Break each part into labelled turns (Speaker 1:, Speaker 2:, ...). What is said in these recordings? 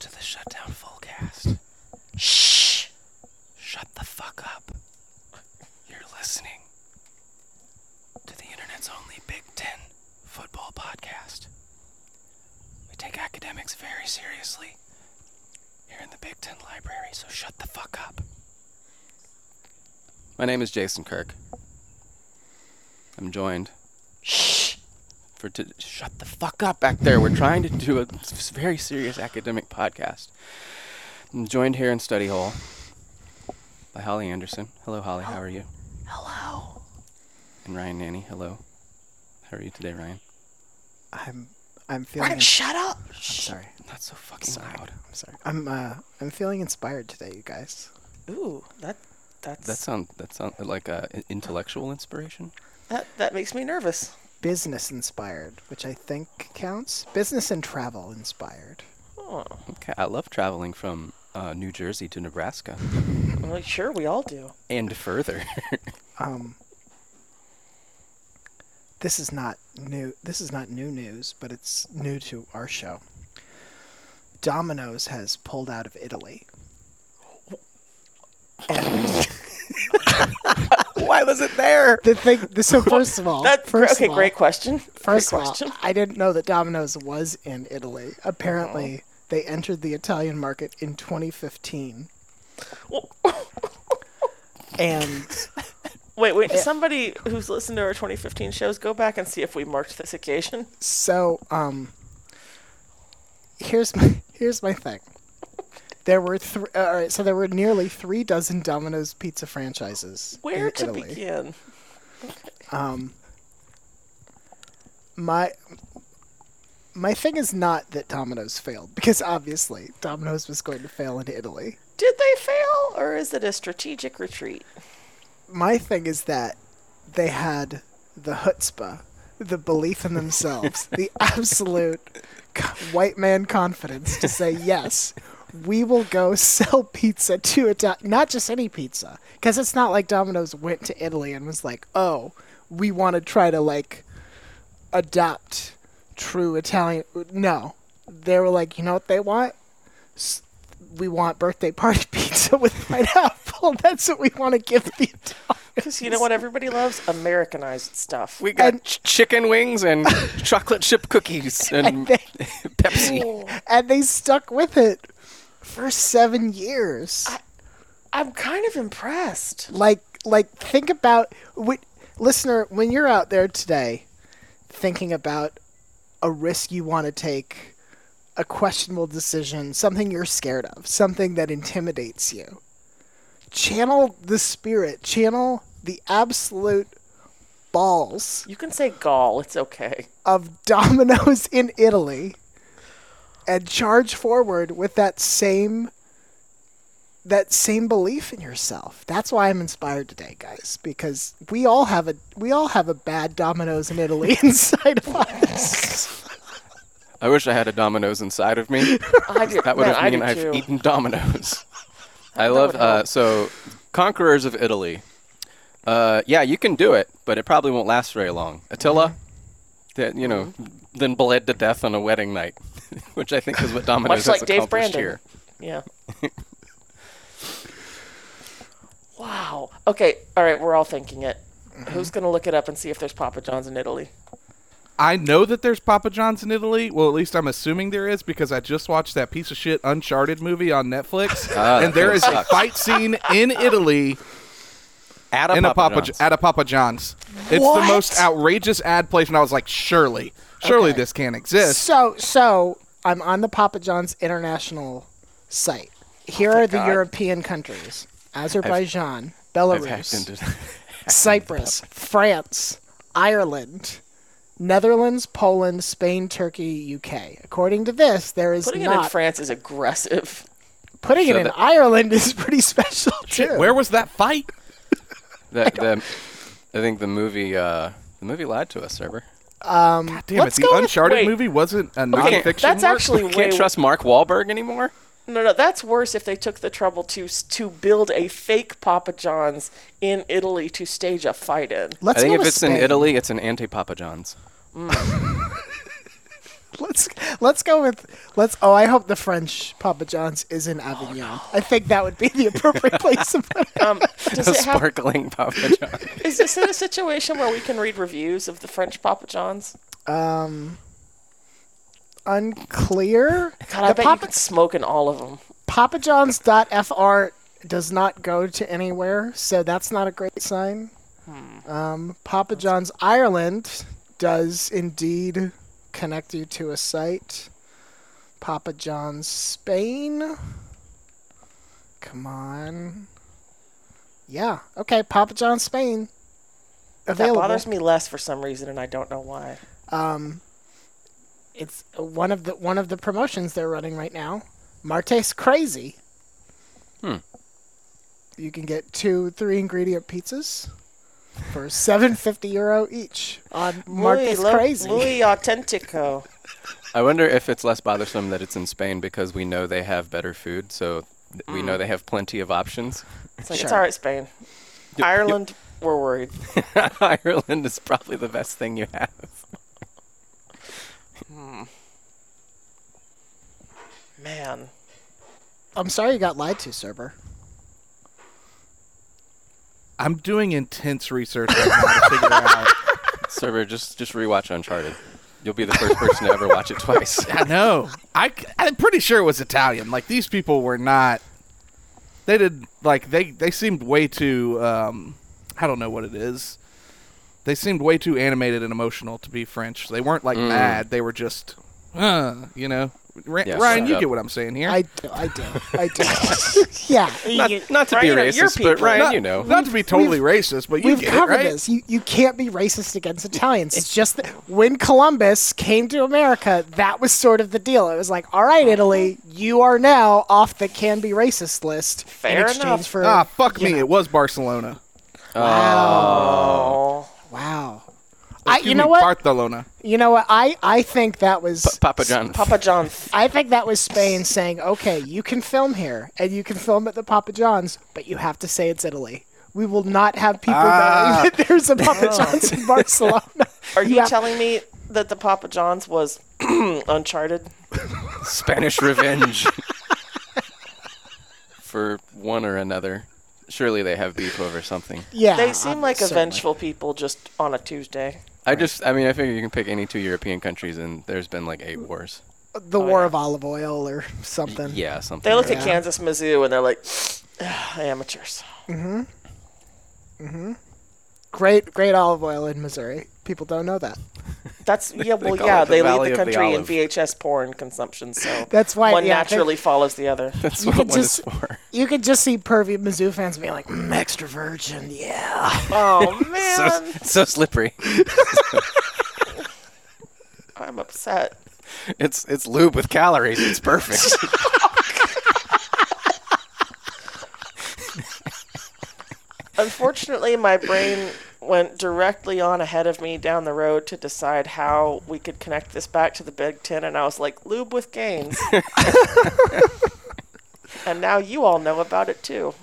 Speaker 1: To the shutdown fullcast. Shh! Shut the fuck up. You're listening to the internet's only Big Ten football podcast. We take academics very seriously here in the Big Ten library, so shut the fuck up. My name is Jason Kirk. I'm joined for to shut the fuck up back there. We're trying to do a s- very serious academic podcast. I'm joined here in study hall by Holly Anderson. Hello, Holly. How are you?
Speaker 2: Hello.
Speaker 1: And Ryan Nanny. Hello. How are you today, Ryan?
Speaker 2: I'm I'm feeling.
Speaker 3: Ryan, shut up.
Speaker 2: I'm sorry.
Speaker 1: Not so fucking loud.
Speaker 2: I'm sorry. I'm uh I'm feeling inspired today, you guys.
Speaker 3: Ooh, that that's
Speaker 1: That sound that sound like uh, i- intellectual inspiration.
Speaker 3: that that makes me nervous.
Speaker 2: Business inspired, which I think counts. Business and travel inspired.
Speaker 1: Okay, I love traveling from uh, New Jersey to Nebraska
Speaker 3: I'm like, sure, we all do.
Speaker 1: and further.
Speaker 2: Um. This is not new. This is not new news, but it's new to our show. Domino's has pulled out of Italy.
Speaker 3: Why was it there?
Speaker 2: The thing. So first of all,
Speaker 3: That
Speaker 2: Oh, first
Speaker 3: okay,
Speaker 2: of all,
Speaker 3: great question.
Speaker 2: First
Speaker 3: great
Speaker 2: of all,
Speaker 3: question. Oh.
Speaker 2: I didn't know that Domino's was in Italy. Apparently, they entered the Italian market in 2015. and
Speaker 3: wait, wait. Somebody who's listened to our 2015 shows, go back and see if we marked this occasion.
Speaker 2: so, um, here's my here's my thing. There were three. All right, so there were nearly three dozen Domino's pizza franchises
Speaker 3: Where
Speaker 2: in
Speaker 3: to
Speaker 2: Italy.
Speaker 3: begin?
Speaker 2: my my thing is not that Domino's failed because obviously Domino's was going to fail in Italy.
Speaker 3: Did they fail, or is it a strategic retreat?
Speaker 2: my thing is that they had the chutzpah, the belief in themselves, the absolute co- white man confidence to say, yes, we will go sell pizza to Ita- not just any pizza, because it's not like Domino's went to Italy and was like, oh, we want to try to like adopt true Italian. No, they were like, you know what they want? S- we want birthday party pizza with pineapple. That's what we want to give the adults.
Speaker 3: Because you know what everybody loves? Americanized stuff.
Speaker 1: We got
Speaker 2: And-
Speaker 1: ch- chicken wings and chocolate chip cookies and Pepsi.
Speaker 2: And they stuck with it for seven years.
Speaker 3: I'm kind of impressed.
Speaker 2: like like think about wh- listener when you're out there today thinking about a risk you want to take a questionable decision something you're scared of something that intimidates you channel the spirit channel the absolute balls
Speaker 3: You can say gall, it's okay.
Speaker 2: of dominoes in italy and charge forward with that same that same belief in yourself. That's why I'm inspired today, guys, because we all have a we all have a bad dominoes in Italy inside of us.
Speaker 1: I wish I had a Domino's inside of me.
Speaker 3: I do.
Speaker 1: That would
Speaker 3: man,
Speaker 1: have mean
Speaker 3: I
Speaker 1: I've
Speaker 3: do too.
Speaker 1: eaten Dominoes. I love uh, so conquerors of Italy. Uh, yeah, you can do it, but it probably won't last very long. Attila,
Speaker 3: Mm-hmm.
Speaker 1: that you know, then bled to death on a wedding night, which I think is what Domino's
Speaker 3: Much
Speaker 1: has
Speaker 3: like Dave
Speaker 1: accomplished
Speaker 3: Brandon.
Speaker 1: here.
Speaker 3: Yeah. wow. Okay. All right. We're all thinking it. Who's going to look it up and see if there's Papa John's in Italy?
Speaker 4: I know that there's Papa John's in Italy. Well, at least I'm assuming there is because I just watched that piece of shit Uncharted movie on Netflix,
Speaker 1: Ah,
Speaker 4: and
Speaker 1: that
Speaker 4: there
Speaker 1: thing
Speaker 4: is a
Speaker 1: sucks.
Speaker 4: fight scene in Italy
Speaker 1: At
Speaker 4: in a Papa
Speaker 1: John's.
Speaker 4: at a Papa John's. It's the most outrageous ad placement. I was like, surely, surely this can't exist.
Speaker 2: So so I'm on the Papa John's international site.
Speaker 1: Oh,
Speaker 2: Here are the European countries: Azerbaijan,
Speaker 1: I've hacked
Speaker 2: Belarus,
Speaker 1: into-
Speaker 2: Cyprus, France, Ireland, Netherlands, Poland, Spain, Turkey, UK. According to this, there is
Speaker 3: Putting it in
Speaker 2: not
Speaker 3: France is aggressive.
Speaker 2: putting it in Ireland is pretty special too.
Speaker 4: Where was that fight?
Speaker 1: the, the, I think the movie uh, the movie lied to us, server.
Speaker 4: God damn
Speaker 2: let's
Speaker 4: it! The
Speaker 2: go with-
Speaker 4: Uncharted
Speaker 3: wait.
Speaker 4: movie wasn't a
Speaker 1: can't-
Speaker 4: nonfiction.
Speaker 3: That's
Speaker 4: work?
Speaker 3: actually
Speaker 1: We
Speaker 3: way.
Speaker 1: can't trust Mark Wahlberg anymore.
Speaker 3: No, no. That's worse if they took the trouble to s- to build a fake Papa John's in Italy to stage a fight in.
Speaker 2: Let's
Speaker 1: I think if
Speaker 2: go to
Speaker 1: it's in
Speaker 2: Spain.
Speaker 1: Italy, it's an anti Papa John's.
Speaker 2: Let's let's go with let's. Oh, I hope the French Papa John's is in Avignon. I think that would be the appropriate place. to put it.
Speaker 3: Um, does
Speaker 1: A
Speaker 3: it have,
Speaker 1: sparkling Papa John's.
Speaker 3: is this in a situation where we can read reviews of the French Papa John's?
Speaker 2: Unclear.
Speaker 3: God, I
Speaker 2: the
Speaker 3: bet
Speaker 2: Papa
Speaker 3: you could smoke in all of them.
Speaker 2: Papa John's.fr does not go to anywhere, so that's not a great sign.
Speaker 3: Hmm.
Speaker 2: Um, Papa John's Ireland does indeed connect you to a site. Papa John's Spain. Come on. Yeah. Okay. Papa John's Spain.
Speaker 3: That
Speaker 2: Available.
Speaker 3: bothers me less for some reason, and I don't know why.
Speaker 2: It's one of the one of the promotions they're running right now. Martes Crazy. Hmm. You can get two three ingredient pizzas for seven fifty euro each on Martes
Speaker 3: Muy lo-
Speaker 2: Uh, Crazy.
Speaker 3: Muy Authentico.
Speaker 1: I wonder if it's less bothersome that it's in Spain because we know they have better food, so th- we know they have plenty of options.
Speaker 3: It's like, it's all right, Spain. Ireland, we're worried.
Speaker 1: Ireland is probably the best thing you have.
Speaker 3: Man.
Speaker 2: I'm sorry you got lied to, Cerber.
Speaker 4: I'm doing intense research right now to figure out.
Speaker 1: Server, just just rewatch Uncharted. You'll be the first person to ever watch it twice.
Speaker 4: I know. Oh, I am pretty sure it was Italian. Like these people were not. They did like they they seemed way too. Um, I don't know what it is. They seemed way too animated and emotional to be French. They weren't
Speaker 1: Hmm.
Speaker 4: like mad. They were just, uh, you know. Ra-
Speaker 1: Yeah,
Speaker 4: Ryan,
Speaker 1: shut
Speaker 4: you
Speaker 1: up.
Speaker 4: get what I'm saying here.
Speaker 2: I do. I do. I do. yeah.
Speaker 1: Not, not to be
Speaker 3: Ryan, are your
Speaker 1: racist, but
Speaker 3: people-
Speaker 1: Ryan,
Speaker 4: not,
Speaker 1: you know.
Speaker 4: not to be totally racist, but you
Speaker 2: We've
Speaker 4: get it,
Speaker 2: covered
Speaker 4: right?
Speaker 2: this. You you can't be racist against Italians. It's just that when Columbus came to America, that was sort of the deal. It was like, all right,
Speaker 4: Uh-huh.
Speaker 2: Italy, you are now off the can be racist list
Speaker 3: Fair
Speaker 2: in exchange
Speaker 3: enough.
Speaker 2: for
Speaker 4: Ah, fuck me! It was Barcelona.
Speaker 3: Oh.
Speaker 2: wow. I, you
Speaker 4: Excuse
Speaker 2: know
Speaker 4: me,
Speaker 2: what?
Speaker 4: Barcelona.
Speaker 2: you know what? I, I think that was
Speaker 1: Papa John.
Speaker 3: Papa John's.
Speaker 2: I think that was Spain saying, "Okay, you can film here and you can film at the Papa John's, but you have to say it's Italy. We will not have people
Speaker 4: Ah.
Speaker 2: knowing that there's a Papa John's in Barcelona."
Speaker 3: Are you
Speaker 2: Yeah.
Speaker 3: telling me that the Papa John's was Uncharted?
Speaker 1: Spanish revenge. for one or another. Surely they have beef over something.
Speaker 2: Yeah.
Speaker 3: They seem like
Speaker 2: certainly.
Speaker 3: vengeful people just on a Tuesday.
Speaker 1: I just, I mean, I figure you can pick any two European countries, and there's been like eight wars.
Speaker 2: The War of Olive Oil or something.
Speaker 1: Oh, Yeah, something.
Speaker 3: They look
Speaker 1: like
Speaker 3: at
Speaker 1: that.
Speaker 3: Kansas Mizzou and they're like, "Ah, amateurs.
Speaker 2: Great, great olive oil in Missouri. People don't know that.
Speaker 3: That's yeah. Well,
Speaker 1: call
Speaker 3: yeah.
Speaker 1: it the
Speaker 3: They
Speaker 1: Valley
Speaker 3: lead
Speaker 1: of
Speaker 3: the
Speaker 1: the
Speaker 3: country in
Speaker 1: Olive.
Speaker 3: VHS porn consumption, so
Speaker 2: That's why-
Speaker 3: one
Speaker 2: yeah, I think-
Speaker 3: naturally follows the other.
Speaker 1: That's
Speaker 2: you
Speaker 1: what
Speaker 2: could
Speaker 1: one is
Speaker 2: just-
Speaker 1: for.
Speaker 2: You could just see pervy Mizzou fans being like, mm, extra virgin, yeah.
Speaker 3: oh man,
Speaker 1: So, so slippery.
Speaker 3: I'm upset.
Speaker 1: It's it's lube with calories. It's perfect.
Speaker 3: Unfortunately, my brain went directly on ahead of me down the road to decide how we could connect this back to the Big Ten, and I was like, lube with gains. and now you all know about it too.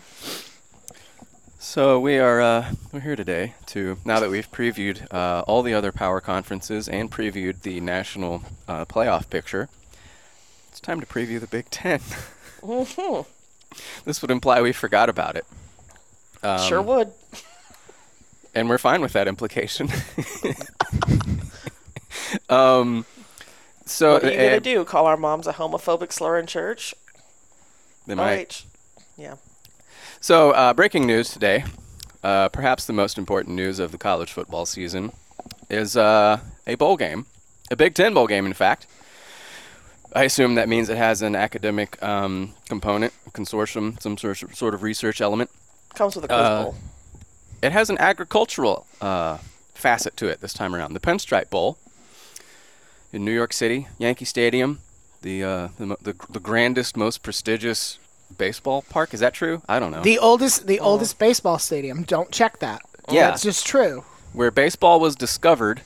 Speaker 1: So we are uh, we're here today to now that we've previewed uh, all the other power conferences and previewed the national uh, playoff picture. It's time to preview the Big 10
Speaker 3: Mm-hmm.
Speaker 1: This would imply we forgot about it, Um,
Speaker 3: sure would.
Speaker 1: and we're fine with that implication. um, so
Speaker 3: What are you gonna
Speaker 1: uh,
Speaker 3: do? Call our moms a homophobic slur in church?
Speaker 1: they
Speaker 3: Oh,
Speaker 1: might-
Speaker 3: H. Yeah.
Speaker 1: So, uh, breaking news today, uh, perhaps the most important news of the college football season, is uh, a bowl game, a Big Ten bowl game, in fact. I assume that means it has an academic um, component, consortium, some sort of, sort of research element.
Speaker 3: Comes with a quiz
Speaker 1: Uh,
Speaker 3: bowl.
Speaker 1: It has an agricultural uh, facet to it this time around. The Pinstripe Bowl in New York City, Yankee Stadium, the uh, the, mo- the, the grandest, most prestigious baseball park. Is that true? I don't know.
Speaker 2: The oldest, the oldest baseball stadium. Don't check that.
Speaker 1: Oh. Yeah.
Speaker 2: That's just true.
Speaker 1: where baseball was discovered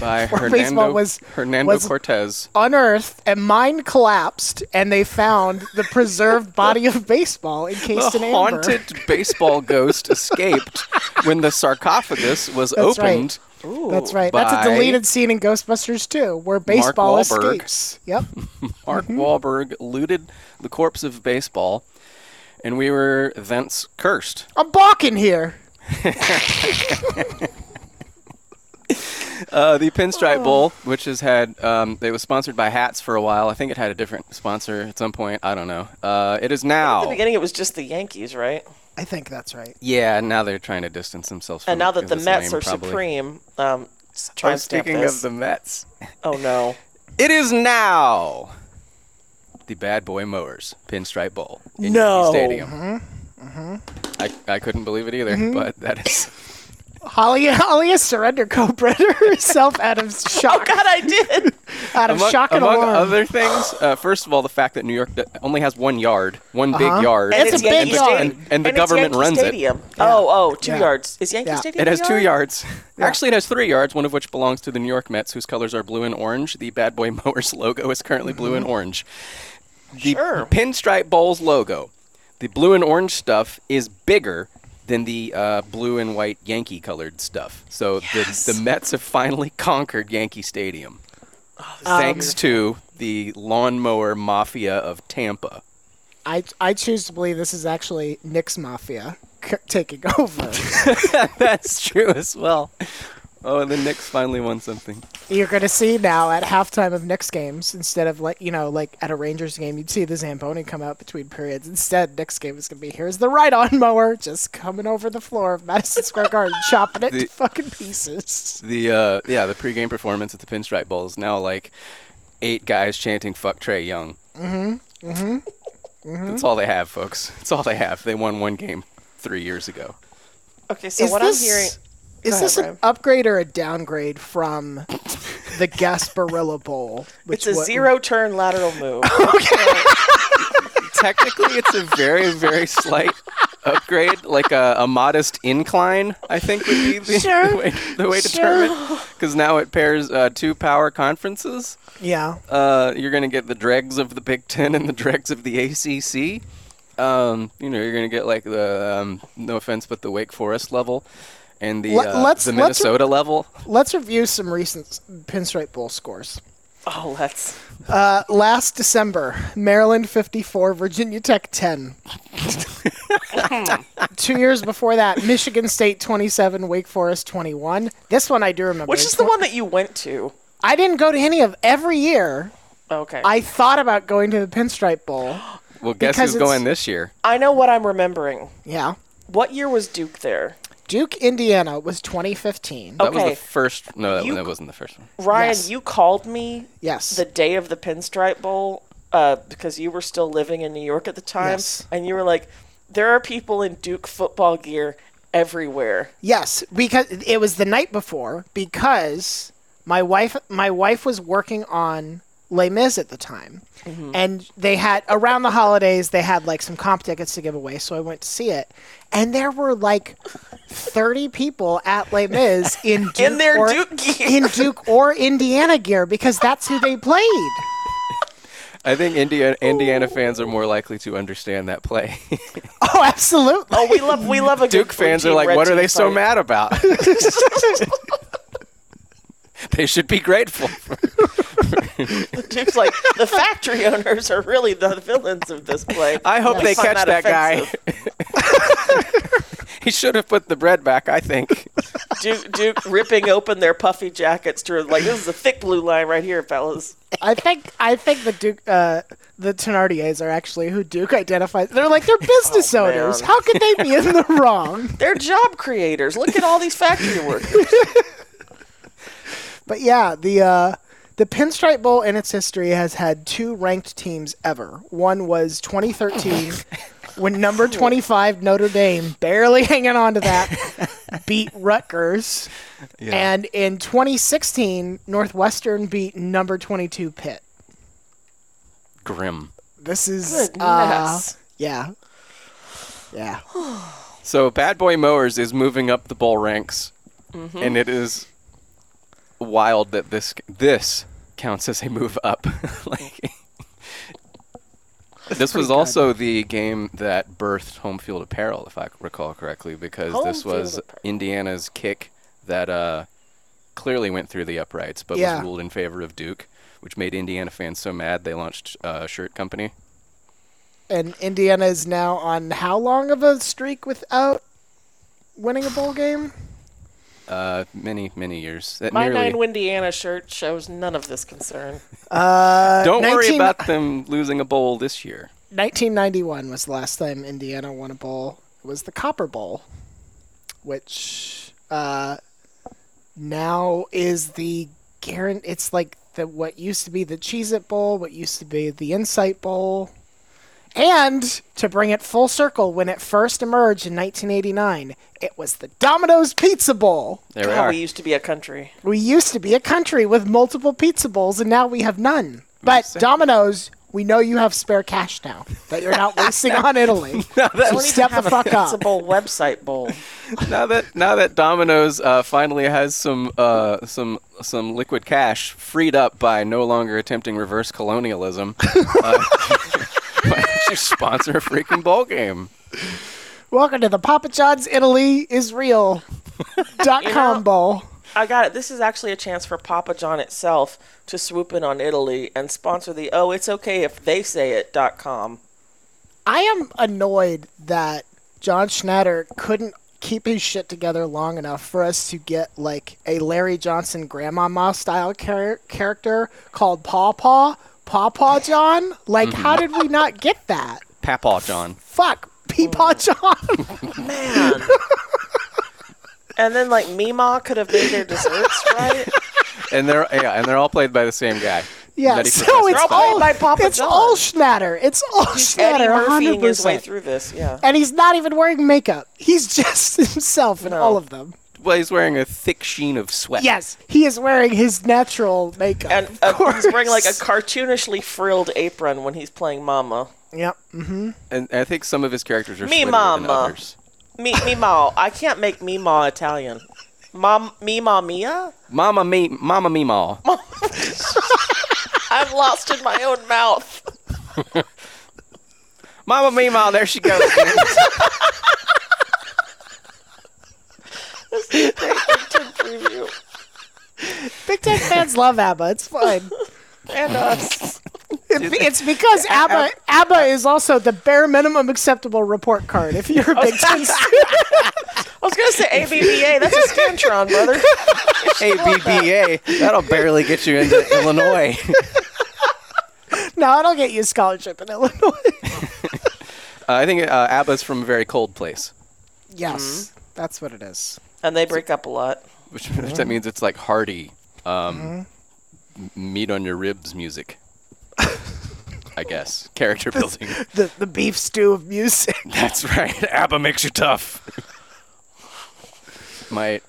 Speaker 1: by
Speaker 2: Where
Speaker 1: Hernando,
Speaker 2: baseball was-
Speaker 1: Hernando
Speaker 2: was-
Speaker 1: Cortez.
Speaker 2: Unearthed and mine collapsed, and they found the preserved body of baseball encased
Speaker 1: The
Speaker 2: in amber.
Speaker 1: haunted baseball ghost escaped when the sarcophagus was
Speaker 2: That's
Speaker 1: opened.
Speaker 2: right. That's right.
Speaker 1: by-
Speaker 2: That's a deleted scene in Ghostbusters 2 where baseball
Speaker 1: Wahlberg.
Speaker 2: escapes. Yep.
Speaker 1: Mark
Speaker 2: Mm-hmm.
Speaker 1: Wahlberg looted the corpse of baseball, and we were thence cursed.
Speaker 2: I'm balking here.
Speaker 1: Uh, the Pinstripe
Speaker 2: Oh.
Speaker 1: Bowl, which has had, um, it was sponsored by hats for a while. I think it had a different sponsor at some point. I don't know. Uh, it is
Speaker 3: At the
Speaker 1: now.
Speaker 3: beginning, it was just the Yankees, right?
Speaker 2: I think that's right.
Speaker 1: Yeah, now they're trying to distance themselves from
Speaker 3: And now
Speaker 1: Hmm. it
Speaker 3: that
Speaker 1: 'cause
Speaker 3: the
Speaker 1: it's
Speaker 3: Mets
Speaker 1: lame,
Speaker 3: are
Speaker 1: probably.
Speaker 3: supreme, um, s- try
Speaker 1: Oh,
Speaker 3: and stamp
Speaker 1: speaking
Speaker 3: this.
Speaker 1: of the Mets.
Speaker 3: oh no,
Speaker 1: It is now the Bad Boy Mowers Pinstripe Bowl in
Speaker 3: No.
Speaker 1: Yankee Stadium. I, I couldn't believe it either, but that is
Speaker 2: Holly, Holly is surrender co-bred herself out of shock,
Speaker 3: Oh, God, I did.
Speaker 2: out of
Speaker 1: among,
Speaker 2: shock and
Speaker 1: among
Speaker 2: alarm.
Speaker 1: other things. Uh, first of all, the fact that New York d- only has one yard, one big yard,
Speaker 2: It's a big
Speaker 1: and, the-
Speaker 2: yard.
Speaker 1: and, and the
Speaker 3: it's
Speaker 1: government
Speaker 3: Yankee
Speaker 1: runs it.
Speaker 3: Stadium. Oh, oh, two
Speaker 2: Yeah.
Speaker 3: yards. Is Yankee
Speaker 2: Yeah.
Speaker 3: Stadium?
Speaker 1: It
Speaker 3: a
Speaker 1: has two
Speaker 3: yard?
Speaker 1: yards. Actually, it has three yards, one of which belongs to the New York Mets, whose colors are blue and orange. The Bad Boy Mowers logo is currently blue and orange. The
Speaker 3: Sure.
Speaker 1: Pinstripe Bowls logo, the blue and orange stuff, is bigger than the uh, blue and white Yankee colored stuff. So the, the Mets have finally conquered Yankee Stadium. thanks to the lawnmower mafia of Tampa.
Speaker 2: I, I choose to believe this is actually Nick's Mafia c- taking over.
Speaker 1: That's true as well. Oh, and the Knicks finally won something.
Speaker 2: You're gonna see now at halftime of Knicks games instead of like you know like at a Rangers game, you'd see the Zamboni come out between periods. Instead, Knicks game is gonna be here's the right on mower just coming over the floor of Madison Square Garden, chopping it
Speaker 1: The-
Speaker 2: to fucking pieces.
Speaker 1: The uh, yeah, the pregame performance at the Pinstripe Bowl is now like eight guys chanting "fuck Trey Young." Mm-hmm. Mm-hmm. That's all they have, folks. That's all they have. They won one game three years ago.
Speaker 3: Okay, so
Speaker 2: Is
Speaker 3: what
Speaker 2: this-
Speaker 3: I'm hearing.
Speaker 2: Is
Speaker 3: ahead,
Speaker 2: this an
Speaker 3: Ryan.
Speaker 2: upgrade or a downgrade from the Gasparilla Bowl?
Speaker 3: It's a zero turn lateral move.
Speaker 1: Technically, it's a very, very slight upgrade, like a, a modest incline. I think would be the, the way, the way to term it, because now it pairs uh, two power conferences.
Speaker 2: Yeah.
Speaker 1: Uh, you're going to get the dregs of the Big Ten and the dregs of the ACC. Um, you know, you're going to get like the um, no offense, but the Wake Forest level and the
Speaker 2: Let-
Speaker 1: uh,
Speaker 2: let's-
Speaker 1: the
Speaker 2: let's-
Speaker 1: Minnesota level.
Speaker 2: Let's review some recent s- Pinstripe Bowl scores.
Speaker 3: oh, that's
Speaker 2: Uh, last December, Maryland 54, Virginia Tech 10. Two years before that, Michigan State 27, Wake Forest 21. This one I do remember.
Speaker 3: Which is the one that you went to?
Speaker 2: I didn't go to any of every year.
Speaker 3: Okay.
Speaker 2: I thought about going to the Pinstripe Bowl.
Speaker 1: Well, guess
Speaker 2: Because
Speaker 1: who's going
Speaker 2: it's-
Speaker 1: this year?
Speaker 3: I know what I'm remembering.
Speaker 2: Yeah.
Speaker 3: What year was Duke there?
Speaker 2: Duke, Indiana was 2015.
Speaker 1: That was
Speaker 3: Okay.
Speaker 1: the first. No, that,
Speaker 3: You-
Speaker 1: that wasn't the first one.
Speaker 3: Ryan,
Speaker 2: Yes.
Speaker 3: you called me
Speaker 2: Yes.
Speaker 3: the day of the Pinstripe Bowl uh, because you were still living in New York at the time.
Speaker 2: Yes.
Speaker 3: And you were like, there are people in Duke football gear everywhere.
Speaker 2: Yes, because it was the night before because my wife my wife was working on Les Mis at the time. And they had around the holidays they had like some comp tickets to give away, so I went to see it. And there were like 30 people at Les Mis in Duke
Speaker 3: their
Speaker 2: or,
Speaker 3: Duke gear.
Speaker 2: in Duke or Indiana gear because that's who they played.
Speaker 1: I think Indiana, Indiana fans are more likely to understand that play.
Speaker 2: Oh, absolutely.
Speaker 3: Oh, we love we love a good
Speaker 1: Duke
Speaker 3: blue
Speaker 1: fans are
Speaker 3: team,
Speaker 1: like,
Speaker 3: red
Speaker 1: what are
Speaker 3: team
Speaker 1: they so
Speaker 3: fight."
Speaker 1: mad about? they should be grateful.
Speaker 3: Duke's like the factory owners are really the villains of this play.
Speaker 1: I hope
Speaker 3: We
Speaker 1: they
Speaker 3: find
Speaker 1: catch that, guy. he should have put the bread back, I think.
Speaker 3: offensive. Duke, Duke ripping open their puffy jackets to like this is a thick blue line right here, fellas.
Speaker 2: I think I think the Duke uh, the Tenardiers are actually who Duke identifies. They're like they're business
Speaker 3: Oh, man.
Speaker 2: owners. How could they be in the wrong?
Speaker 3: They're job creators. Look at all these factory workers.
Speaker 2: But yeah, the uh, the Pinstripe Bowl in its history has had two ranked teams ever. One was 2013 when number 25 Notre Dame, barely hanging on to that, beat Rutgers. And in 2016, Northwestern beat number 22 Pitt.
Speaker 1: Grim.
Speaker 2: This is uh,
Speaker 3: Goodness.
Speaker 2: yeah. Yeah.
Speaker 1: So Bad Boy Mowers is moving up the bowl ranks,
Speaker 3: Mm-hmm.
Speaker 1: and it is wild that this this counts as a move up. like this was also the game that birthed home field apparel, if I recall correctly, because
Speaker 3: Home
Speaker 1: this
Speaker 3: field
Speaker 1: was
Speaker 3: apparel.
Speaker 1: Indiana's kick that uh, clearly went through the uprights, but
Speaker 2: Yeah.
Speaker 1: was ruled in favor of Duke, which made Indiana fans so mad they launched a shirt company.
Speaker 2: And Indiana is now on how long of a streak without winning a bowl game?
Speaker 1: Uh, many many years. That
Speaker 3: My
Speaker 1: nearly-
Speaker 3: nine Windiana shirt shows none of this concern.
Speaker 2: Uh,
Speaker 1: Don't worry
Speaker 2: 19
Speaker 1: about them losing a bowl this year.
Speaker 2: 1991 was the last time Indiana won a bowl. It was the Copper Bowl, which uh, now is the guarantee. It's like the what used to be the Cheez It Bowl, what used to be the Insight Bowl. And to bring it full circle, when it first emerged in 1989, it was the Domino's Pizza Bowl.
Speaker 1: There
Speaker 3: How we
Speaker 1: we are.
Speaker 3: used to be a country.
Speaker 2: We used to be a country with multiple pizza bowls, and now we have none. But Domino's, we know you have spare cash now that you're not wasting on Italy. so step the fuck
Speaker 3: It's a
Speaker 2: up.
Speaker 3: bowl website bowl.
Speaker 1: Now that now that Domino's uh, finally has some uh, some some liquid cash freed up by no longer attempting reverse colonialism, uh, why don't you sponsor a freaking bowl game?
Speaker 2: Welcome to the Papa John's Italy is real dot com bowl.
Speaker 3: I got it. This is actually a chance for Papa John itself to swoop in on Italy and sponsor the oh it's okay if they say it dot com.
Speaker 2: I am annoyed that John Schnatter couldn't keep his shit together long enough for us to get like a Larry Johnson grandmama style char- character called Paw Paw, Paw Paw John. Like, how did we not get that?
Speaker 1: Papaw John.
Speaker 2: Fuck, Peepaw John.
Speaker 3: Man. and then like Mima could have made their desserts, right?
Speaker 1: And they're yeah, and they're all played by the same guy.
Speaker 2: yeah,
Speaker 1: Nutty
Speaker 2: so
Speaker 1: Professor
Speaker 2: it's
Speaker 3: They're all
Speaker 1: Spike.
Speaker 2: all
Speaker 3: played by Papa
Speaker 2: it's
Speaker 3: John.
Speaker 2: all Schnatter. It's all
Speaker 3: Eddie
Speaker 2: Schnatter.
Speaker 3: Murphying
Speaker 2: 100%.
Speaker 3: his way through this, yeah.
Speaker 2: And he's not even wearing makeup. He's just himself in all of them.
Speaker 1: Well, he's wearing a thick sheen of sweat.
Speaker 2: Yes, he is wearing his natural makeup.
Speaker 3: And
Speaker 2: of
Speaker 3: uh,
Speaker 2: course.
Speaker 3: he's wearing like a cartoonishly frilled apron when he's playing Mama.
Speaker 2: Yep.
Speaker 1: and I think some of his characters are
Speaker 3: Me
Speaker 1: sweeter than
Speaker 3: mama.
Speaker 1: others.
Speaker 3: Me, Mima, I can't make Mima Italian. Mom, Mima Mia?
Speaker 1: Mama me, Mama me, ma.
Speaker 3: I'm lost in my own mouth.
Speaker 1: Mama me, ma. There she goes.
Speaker 3: Preview. uh,
Speaker 2: Big Tech fans love ABBA. It's fine.
Speaker 3: And us.
Speaker 2: It be- It's because ABBA ABBA is also the bare minimum acceptable report card if you're a Big Ten student.
Speaker 3: I was gonna say ABBA. That's a scantron, brother.
Speaker 1: ABBA. That'll barely get you into Illinois.
Speaker 2: No, it'll get you a scholarship in Illinois.
Speaker 1: Uh, I think uh, ABBA's from a very cold place,
Speaker 2: Yes, that's what it is.
Speaker 3: And they break up a lot.
Speaker 1: which, which that means it's like hearty, um, m- meat on your ribs music. I guess character building.
Speaker 2: The the beef stew of music.
Speaker 1: That's right. ABBA makes you tough. Might.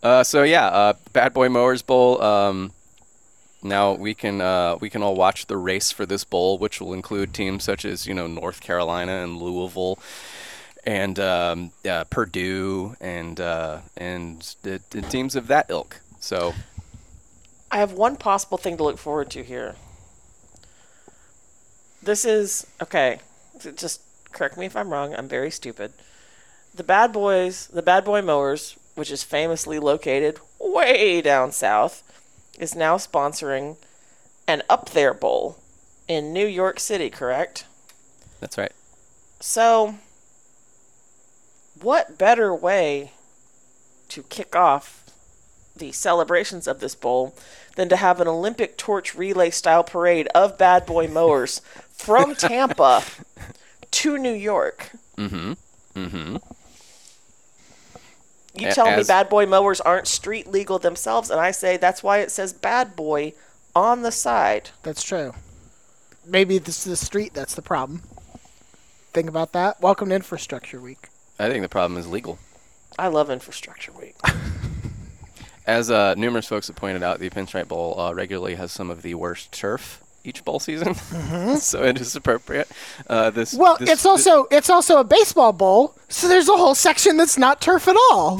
Speaker 1: Uh, so yeah, uh, Bad Boy Mowers Bowl. Um, now we can uh, we can all watch the race for this bowl, which will include teams such as you know North Carolina and Louisville, and um, uh, Purdue and uh, and the, the teams of that ilk. So
Speaker 3: I have one possible thing to look forward to here. This is okay. j- Just correct me if I'm wrong. I'm very stupid. The bad boys, the bad boy mowers, which is famously located way down south, is now sponsoring an up there bowl in New York City. Correct.
Speaker 1: that's right.
Speaker 3: So, what better way to kick off the celebrations of this bowl than to have an Olympic torch relay style parade of bad boy mowers from Tampa to New York?
Speaker 1: Mm-hmm.
Speaker 3: Mm hmm. Mm hmm. You
Speaker 1: A-
Speaker 3: tell me
Speaker 1: as-
Speaker 3: bad boy mowers aren't street legal themselves, and I say that's why it says bad boy on the side.
Speaker 2: That's true. Maybe this is the street that's the problem. Think about that. Welcome to Infrastructure Week.
Speaker 1: I think the problem is legal.
Speaker 3: I love Infrastructure Week.
Speaker 1: As uh, numerous folks have pointed out, the Pinstripe Bowl uh, regularly has some of the worst turf each bowl season, so it is appropriate. Uh, this
Speaker 2: Well,
Speaker 1: this-
Speaker 2: it's also it's also a baseball bowl, so there's a whole section that's not turf at all.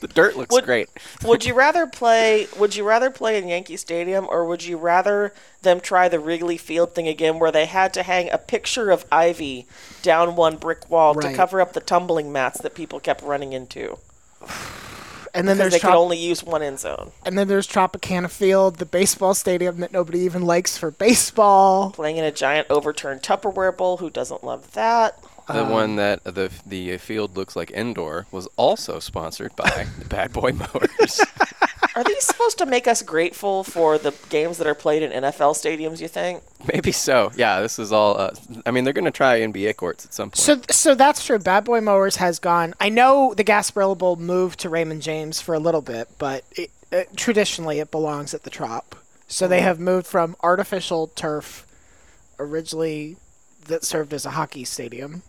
Speaker 1: the dirt looks
Speaker 3: Would-
Speaker 1: great.
Speaker 3: would you rather play would you rather play in Yankee Stadium or would you rather them try the Wrigley Field thing again where they had to hang a picture of Ivy down one brick wall to
Speaker 2: Right.
Speaker 3: cover up the tumbling mats that people kept running into
Speaker 2: And then
Speaker 3: because
Speaker 2: there's
Speaker 3: they could
Speaker 2: Trop-
Speaker 3: only use one end zone
Speaker 2: and then there's Tropicana Field, the baseball stadium that nobody even likes for baseball.
Speaker 3: playing in a giant overturned Tupperware bowl who doesn't love that
Speaker 1: The one that the the field looks like indoor was also sponsored by the Bad Boy Mowers.
Speaker 3: are these supposed to make us grateful for the games that are played in NFL stadiums you think
Speaker 1: Maybe so. Yeah, this is all. Uh, I mean, they're going to try NBA courts at some point.
Speaker 2: So, so that's true. Bad Boy Mowers has gone. I know the Gasparilla Bowl moved to Raymond James for a little bit, but it, uh traditionally it belongs at the Trop. So they have moved from artificial turf, originally that served as a hockey stadium,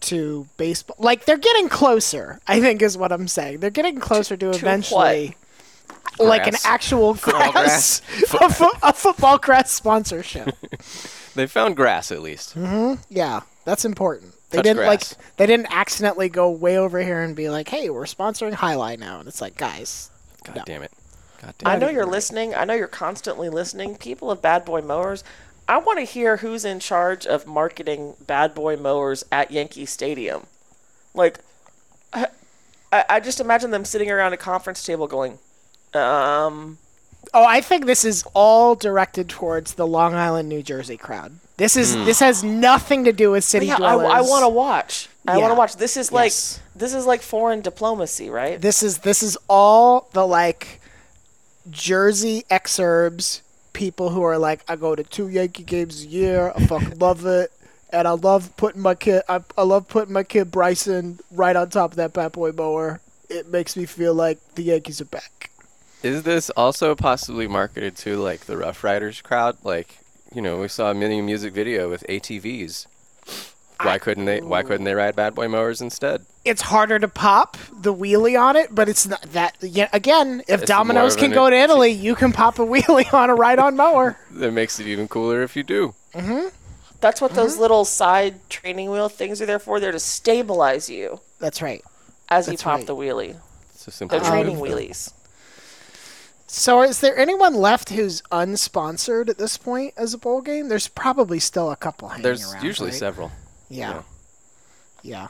Speaker 2: to baseball. Like they're getting closer. I think is what I'm saying. They're getting closer to,
Speaker 3: to
Speaker 2: eventually, like an
Speaker 1: Grass.
Speaker 2: actual grass,
Speaker 1: grass.
Speaker 2: a, fo- a football grass sponsorship.
Speaker 1: they found grass at least.
Speaker 2: Yeah, that's important. They
Speaker 1: Touch
Speaker 2: didn't
Speaker 1: grass.
Speaker 2: like they didn't accidentally go way over here and be like, "Hey, we're sponsoring Highline now," and it's like, guys,
Speaker 1: God
Speaker 2: no.
Speaker 1: damn it. God damn
Speaker 3: I
Speaker 1: it.
Speaker 3: know you're listening. I know you're constantly listening. People of Bad Boy Mowers, I want to hear who's in charge of marketing Bad Boy Mowers at Yankee Stadium. Like, I, I just imagine them sitting around a conference table going,
Speaker 2: Oh, I think this is all directed towards the Long Island, New Jersey crowd. This is this has nothing to do with city
Speaker 3: Hmm. "Yeah, I,
Speaker 2: dwellers.
Speaker 3: want to watch. I want
Speaker 2: Yeah.
Speaker 3: to watch." This is like
Speaker 2: Yes.
Speaker 3: this is like foreign diplomacy, right?
Speaker 2: This is this is all the like Jersey exurbs people who are like, I go to two Yankee games a year. I fucking love it, and I love putting my kid. I, I love putting my kid Bryson right on top of that bad boy mower. It makes me feel like the Yankees are back.
Speaker 1: Is this also possibly marketed to like the Rough Riders crowd? Like, you know, we saw a mini music video with ATVs. Why couldn't they? Why couldn't they ride Bad Boy Mowers instead?
Speaker 2: It's harder to pop the wheelie on it, but it's not that. Yeah, again, if
Speaker 1: It's
Speaker 2: Domino's
Speaker 1: more of
Speaker 2: can
Speaker 1: an-
Speaker 2: go to Italy, you can pop a wheelie on a ride-on mower.
Speaker 1: That makes it even cooler if you do.
Speaker 3: That's what
Speaker 2: Uh-huh.
Speaker 3: those little side training wheel things are there for. They're to stabilize you
Speaker 2: That's right.
Speaker 3: as
Speaker 2: That's
Speaker 3: you pop
Speaker 2: right. Um,
Speaker 3: the wheelie.
Speaker 1: It's a simple
Speaker 3: They're training
Speaker 1: move.
Speaker 3: wheelies.
Speaker 2: So, is there anyone left who's unsponsored at this point as a bowl game? There's probably still a couple hanging
Speaker 1: There's
Speaker 2: around.
Speaker 1: usually
Speaker 2: right?
Speaker 1: several.
Speaker 2: Yeah. yeah,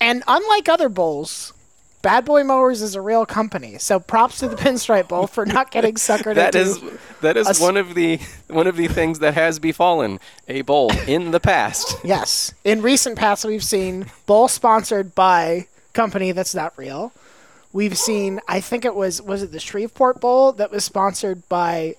Speaker 2: And unlike other bowls, Bad Boy Mowers is a real company, so props to the Pinstripe Bowl for not getting suckered
Speaker 1: That
Speaker 2: into.
Speaker 1: is that is
Speaker 2: Us-
Speaker 1: one of the one of the things that has befallen a bowl in the past.
Speaker 2: Yes, in recent past we've seen bowl sponsored by company that's not real. We've seen, I think it was, was it the Shreveport Bowl that was sponsored by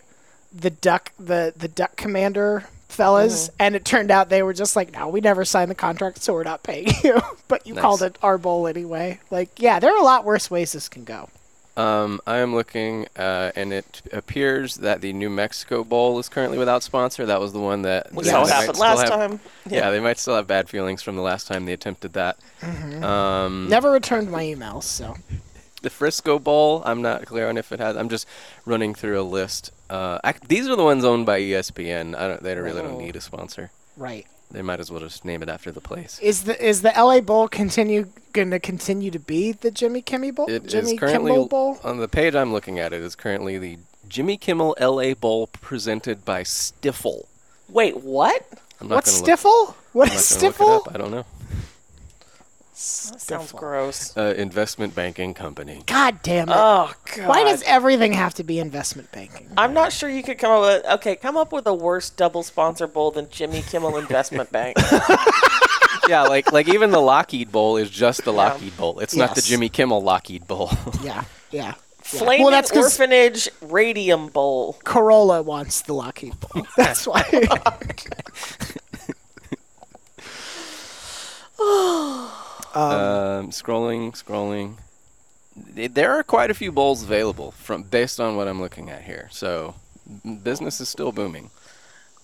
Speaker 2: the duck, the the duck commander
Speaker 1: Mm-hmm.
Speaker 2: fellas, and it turned out they were just like, no, we never signed the contract, so we're not paying you. but you
Speaker 1: Nice.
Speaker 2: called it our bowl anyway. Like, yeah, there are a lot worse ways this can go.
Speaker 1: Um, I am looking, uh, and it appears that the New Mexico Bowl is currently without sponsor. That was the one that
Speaker 3: We
Speaker 1: that they
Speaker 3: saw what
Speaker 1: might
Speaker 3: happened
Speaker 1: still
Speaker 3: last
Speaker 1: have-
Speaker 3: time.
Speaker 1: Yeah. they might still have bad feelings from the last time they attempted that. Um,
Speaker 2: Never returned my emails, so
Speaker 1: the Frisco Bowl, I'm not clear on if it has. I'm just running through a list. Uh, ac these are the ones owned by E ESPN. I don't. They don't- really don't need a sponsor.
Speaker 2: right.
Speaker 1: They might as well just name it after the place.
Speaker 2: Is the is the LA Bowl continue going to continue to be the Jimmy Kimmy Bowl?
Speaker 1: It is
Speaker 2: Jimmy
Speaker 1: currently
Speaker 2: Kimmel Bowl?
Speaker 1: on the page I'm looking at. It is currently the Jimmy Kimmel LA Bowl presented by Stiffle.
Speaker 3: Wait, what?
Speaker 1: I'm not
Speaker 2: What's
Speaker 1: gonna look-
Speaker 2: Stiffle? What
Speaker 1: I'm
Speaker 2: is
Speaker 1: not gonna look it
Speaker 2: Stiffle?
Speaker 1: up. I don't know.
Speaker 3: That sounds gross.
Speaker 1: Uh, investment banking company.
Speaker 2: God damn it!
Speaker 3: Oh god.
Speaker 2: Why does everything have to be investment banking?
Speaker 3: I'm not sure you could come up with okay, come up with a worse double sponsor bowl than Jimmy Kimmel Investment Bank.
Speaker 1: yeah, like like even the Lockheed Bowl is just the Lockheed Bowl. It's not the
Speaker 2: Yes.
Speaker 1: Jimmy Kimmel Lockheed Bowl.
Speaker 2: Yeah, yeah.
Speaker 3: Flaming
Speaker 2: Well, that's 'cause-
Speaker 3: Orphanage Radium Bowl.
Speaker 2: Corolla wants the Lockheed Bowl. That's why.
Speaker 1: um, scrolling, scrolling. Th- There are quite a few bowls available from based on what I'm looking at here. So m- business is still booming.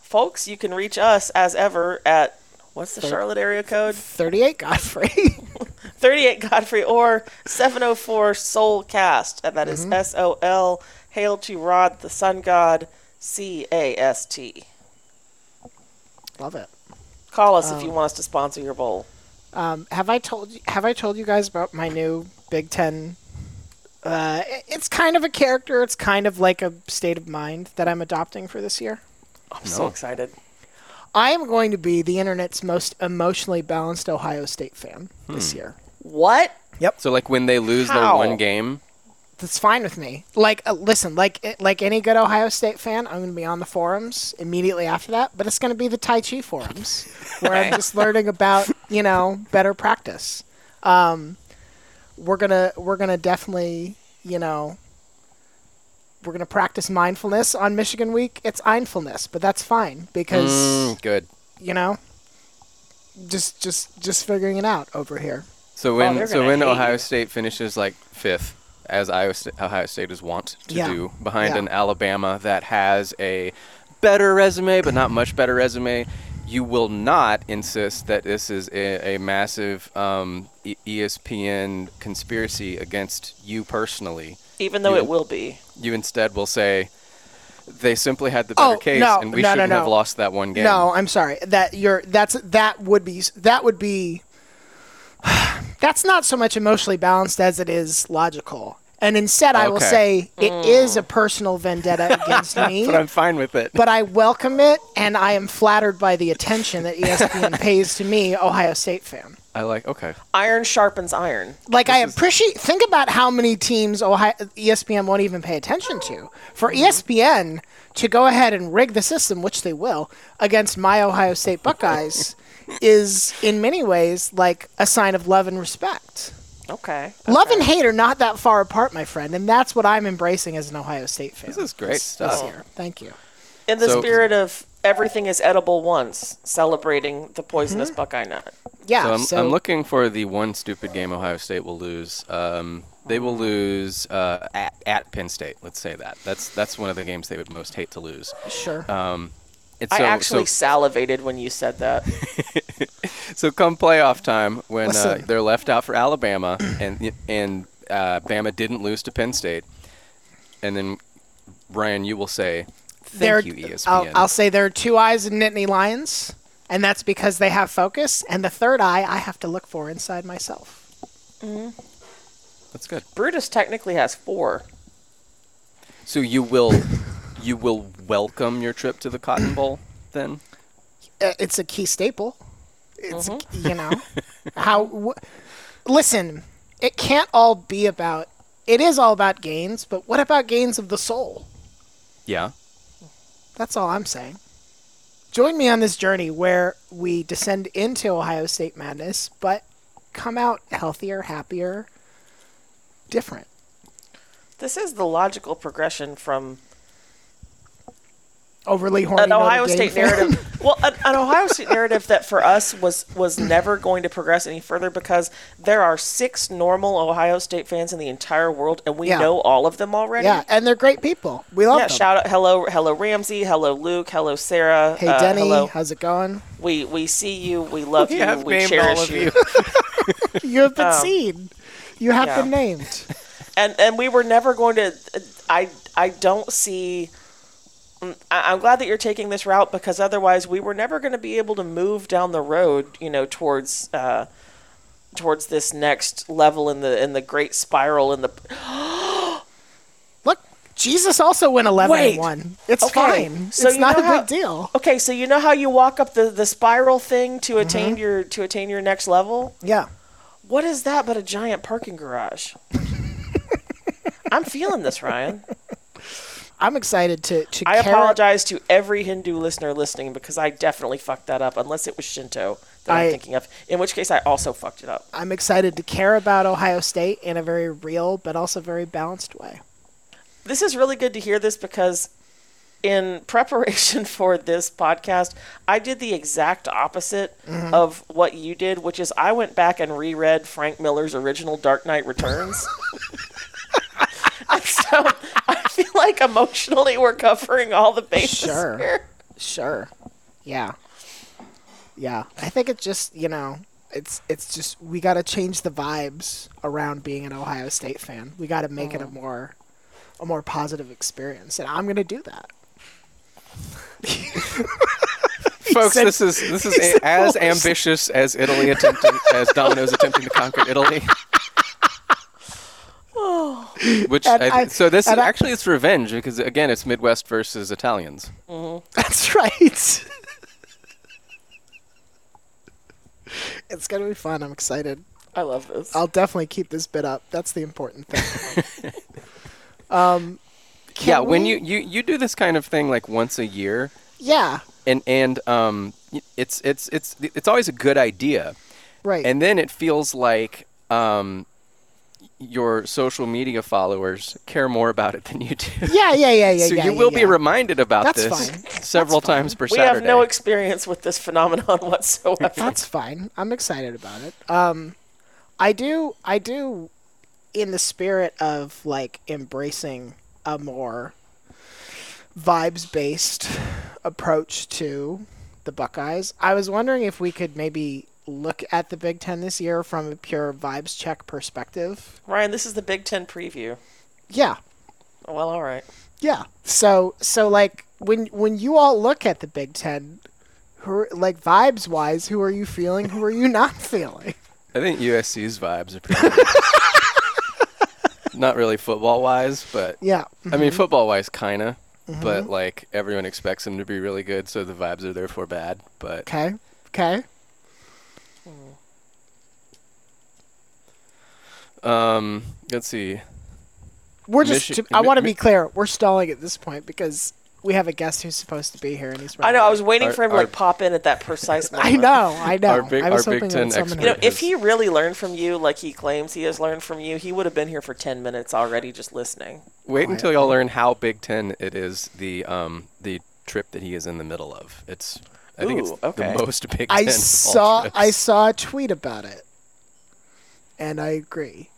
Speaker 3: Folks, you can reach us as ever at what's the Charlotte area code?
Speaker 2: Thirty-eight Godfrey.
Speaker 3: 38 Godfrey or 704 Soul Cast. And that is S O L. Hail to Rod, the Sun God, C A S T.
Speaker 2: Love it.
Speaker 3: Call us if you want us to sponsor your bowl.
Speaker 2: Um, have I told you, Have I told you guys about my new Big Ten? Uh, it- it's kind of a character. It's kind of like a state of mind that I'm adopting for this year.
Speaker 3: I'm so excited.
Speaker 2: I am going to be the internet's most emotionally balanced Ohio State fan
Speaker 1: Hmm.
Speaker 2: this year.
Speaker 3: What?
Speaker 1: So like when they lose
Speaker 3: How?
Speaker 1: their one game,
Speaker 2: That's fine with me. Like, uh, listen, like it- like any good Ohio State fan, I'm going to be on the forums immediately after that. But it's going to be the Tai Chi forums, where I'm just learning about you know better practice. Um, we're gonna we're gonna definitely you know we're gonna practice mindfulness on Michigan week. It's mindfulness, but that's fine because
Speaker 1: mm, good.
Speaker 2: you know just just just figuring it out over here
Speaker 1: So when
Speaker 3: they're
Speaker 1: so
Speaker 3: gonna
Speaker 1: when
Speaker 3: hate
Speaker 1: Ohio
Speaker 3: you.
Speaker 1: State finishes like fifth, as Iowa Sta- Ohio State is wont to
Speaker 2: Yeah.
Speaker 1: do, behind
Speaker 2: Yeah.
Speaker 1: an Alabama that has a better resume but not much better resume, you will not insist that this is a, a massive um, E- ESPN conspiracy against you personally.
Speaker 3: Even though
Speaker 1: You-
Speaker 3: it will be.
Speaker 1: You instead will say they simply had the better
Speaker 2: Oh,
Speaker 1: case
Speaker 2: no,
Speaker 1: and we
Speaker 2: no, no,
Speaker 1: shouldn't have
Speaker 2: no.
Speaker 1: lost that one game.
Speaker 2: no i'm sorry that you're that's that would be that would be that's not so much emotionally balanced as it is logical and instead i will
Speaker 1: Okay.
Speaker 2: say it is a personal vendetta against me
Speaker 1: But I'm fine with it.
Speaker 2: but i welcome it and i am flattered by the attention that E espn pays to me ohio state fan
Speaker 1: I like okay.
Speaker 3: Iron sharpens iron.
Speaker 2: like I appreciate. Think about how many teams Ohio, E ESPN won't even pay attention to. For
Speaker 1: Mm-hmm.
Speaker 2: E ESPN to go ahead and rig the system, which they will, against my Ohio State Buckeyes, is in many ways like a sign of love and respect.
Speaker 3: Okay.
Speaker 2: Love and hate are not that far apart, my friend, and that's what I'm embracing as an Ohio State fan.
Speaker 1: This is great
Speaker 2: this
Speaker 1: stuff.
Speaker 2: year. Thank you.
Speaker 3: In the
Speaker 1: So-
Speaker 3: spirit of everything is edible once, celebrating the poisonous
Speaker 2: Mm-hmm.
Speaker 3: Buckeye nut.
Speaker 2: Yeah.
Speaker 1: So
Speaker 2: So,
Speaker 1: I'm, I'm looking for the one stupid game Ohio State will lose. Um, they will lose uh, at, at Penn State. Let's say that. That's that's one of the games they would most hate to lose.
Speaker 2: sure.
Speaker 1: It's
Speaker 3: I
Speaker 1: so,
Speaker 3: actually
Speaker 1: so,
Speaker 3: salivated when you said that.
Speaker 1: so come playoff time when uh,
Speaker 2: Listen.
Speaker 1: they're left out for Alabama and and uh, Bama didn't lose to Penn State, and then Ryan, you will say, "Thank
Speaker 2: There-
Speaker 1: you, E ESPN."
Speaker 2: I'll, I'll say there are two eyes in Nittany Lions, and that's because they have focus, and the third eye I have to look for inside myself.
Speaker 1: that's good.
Speaker 3: Brutus technically has four.
Speaker 1: So you will you will welcome your trip to the Cotton Bowl then.
Speaker 2: uh, it's
Speaker 1: Mm-hmm.
Speaker 2: a key staple. It's you know how. W- listen, it can't all be about. It is all about gains, but what about gains of the soul?
Speaker 1: Yeah.
Speaker 2: That's all I'm saying. Join me on this journey where we descend into Ohio State madness, but come out healthier, happier, different.
Speaker 3: This is the logical progression from
Speaker 2: Overly horny.
Speaker 3: an
Speaker 2: Notre
Speaker 3: Ohio
Speaker 2: Dame
Speaker 3: State
Speaker 2: fan.
Speaker 3: narrative. Well, an, an Ohio State narrative that for us was was never going to progress any further because there are six normal Ohio State fans in the entire world, and we
Speaker 2: Yeah.
Speaker 3: know all of them already.
Speaker 2: yeah, and they're great people. We love
Speaker 3: Yeah,
Speaker 2: them.
Speaker 3: shout out, hello, hello Ramsey, hello Luke, hello Sarah.
Speaker 2: hey
Speaker 3: uh,
Speaker 2: Denny,
Speaker 3: hello.
Speaker 2: how's it going?
Speaker 3: We we see you, we love
Speaker 4: We
Speaker 3: you,
Speaker 4: have
Speaker 3: we
Speaker 4: named
Speaker 3: cherish
Speaker 4: all of
Speaker 3: you.
Speaker 2: You have been seen. You have
Speaker 3: Um, yeah.
Speaker 2: been named.
Speaker 3: and and we were never going to. I I don't see. mm, I- I'm glad that you're taking this route because otherwise we were never going to be able to move down the road, you know, towards uh, towards this next level in the in the great spiral in the.
Speaker 2: Look, Jesus also went 11
Speaker 3: Wait.
Speaker 2: and 1. It's
Speaker 3: Okay,
Speaker 2: fine.
Speaker 3: so
Speaker 2: it's
Speaker 3: you
Speaker 2: not
Speaker 3: know
Speaker 2: a
Speaker 3: how-
Speaker 2: big deal. Mm-hmm.
Speaker 3: Okay, so you know how you walk up the the spiral thing to attain your to attain your next level.
Speaker 2: Yeah.
Speaker 3: What is that but a giant parking garage? I'm feeling this, Ryan.
Speaker 2: I'm excited to to
Speaker 3: I
Speaker 2: carry-
Speaker 3: apologize to every Hindu listener listening because I definitely fucked that up, unless it was Shinto that I,
Speaker 2: I-
Speaker 3: am thinking of, in which case I also fucked it up.
Speaker 2: I'm excited to care about Ohio State in a very real but also very balanced way.
Speaker 3: This is really good to hear this because in preparation for this podcast, I did the exact opposite
Speaker 2: Mm-hmm.
Speaker 3: of what you did, which is I went back and reread Frank Miller's original Dark Knight Returns. And so I feel like emotionally we're covering all the bases
Speaker 2: Sure.
Speaker 3: here.
Speaker 2: Sure. Yeah. Yeah. I think it just, you know, it's it's just we got to change the vibes around being an Ohio State fan. We got to make it
Speaker 1: Mm.
Speaker 2: a more a more positive experience, and I'm going to do that.
Speaker 1: Folks, this is this is a, as ambitious as Italy attempting as Domino's attempting to conquer Italy. Which
Speaker 2: And
Speaker 1: I,
Speaker 2: I-
Speaker 1: so this is
Speaker 2: and I-
Speaker 1: actually it's revenge because again it's Midwest versus Italians.
Speaker 2: That's right. it's going to be fun. I'm excited.
Speaker 3: I love this.
Speaker 2: I'll definitely keep this bit up. That's the important thing. um
Speaker 1: yeah,
Speaker 2: can
Speaker 1: when
Speaker 2: we-
Speaker 1: you, you you do this kind of thing like once a year,
Speaker 2: Yeah.
Speaker 1: and and um, y- it's it's it's it's always a good idea,
Speaker 2: Right.
Speaker 1: and then it feels like um, your social media followers care more about it than you do.
Speaker 2: yeah, yeah, yeah, yeah.
Speaker 1: so
Speaker 2: yeah,
Speaker 1: you
Speaker 2: yeah,
Speaker 1: will be
Speaker 2: yeah.
Speaker 1: reminded about
Speaker 2: That's
Speaker 1: this
Speaker 2: fine.
Speaker 1: several times per
Speaker 3: we
Speaker 1: Saturday.
Speaker 3: have no experience with this phenomenon whatsoever.
Speaker 2: That's fine. I'm excited about it. Um, I do, I do, in the spirit of like embracing a more vibes based approach to the Buckeyes. I was wondering if we could maybe look at the Big Ten this year from a pure vibes check perspective.
Speaker 3: Ryan, this is the Big Ten preview.
Speaker 2: Yeah,
Speaker 3: Well, all right.
Speaker 2: Yeah. So so like when when you all look at the Big Ten, who are, like vibes wise, who are you feeling? Who are you not feeling?
Speaker 1: I think USC's vibes are pretty good. Not really football wise, but
Speaker 2: Yeah.
Speaker 1: I mean football wise kinda.
Speaker 2: Mm-hmm.
Speaker 1: But like everyone expects them to be really good, so the vibes are therefore bad. But
Speaker 2: Okay. Okay.
Speaker 1: um let's see.
Speaker 2: We're just.
Speaker 1: Michi-
Speaker 2: I want to
Speaker 1: Mi-
Speaker 2: be clear. We're stalling at this point because we have a guest who's supposed to be here, and he's.
Speaker 3: I know. I was waiting
Speaker 1: Our-
Speaker 3: for him to
Speaker 1: our-
Speaker 3: like pop in at that precise moment.
Speaker 2: I know. I know.
Speaker 1: Our big-
Speaker 2: I was
Speaker 1: our Big
Speaker 2: hoping
Speaker 1: Ten
Speaker 2: that someone
Speaker 1: expert.
Speaker 3: You know,
Speaker 2: would-
Speaker 3: if he really learned from you, like he claims he has learned from you, he would have been here for ten minutes already, just listening.
Speaker 1: Wait until y'all learn how Big Ten it is the um the trip that he is in the middle of. It's I think
Speaker 3: Ooh,
Speaker 1: it's
Speaker 3: okay.
Speaker 1: the most Big Ten.
Speaker 2: I
Speaker 1: of all
Speaker 2: saw.
Speaker 1: trips.
Speaker 2: I saw a tweet about it, and I agree.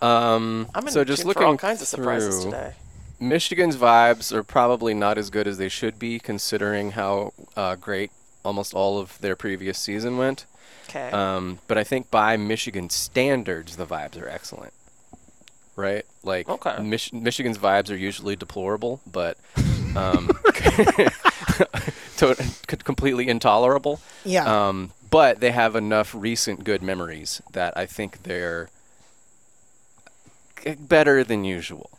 Speaker 1: um
Speaker 3: I'm in
Speaker 1: so just
Speaker 3: tune
Speaker 1: looking
Speaker 3: for all kinds of surprises
Speaker 1: through-
Speaker 3: today.
Speaker 1: Michigan's vibes are probably not as good as they should be, considering how uh, great almost all of their previous season went.
Speaker 3: Okay.
Speaker 1: Um, but I think by Michigan standards, the vibes are excellent. Right? Like,
Speaker 3: Okay.
Speaker 1: Mich- Michigan's vibes are usually deplorable, but um, to- c- completely intolerable.
Speaker 2: Yeah.
Speaker 1: Um, but they have enough recent good memories that I think they're g- better than usual.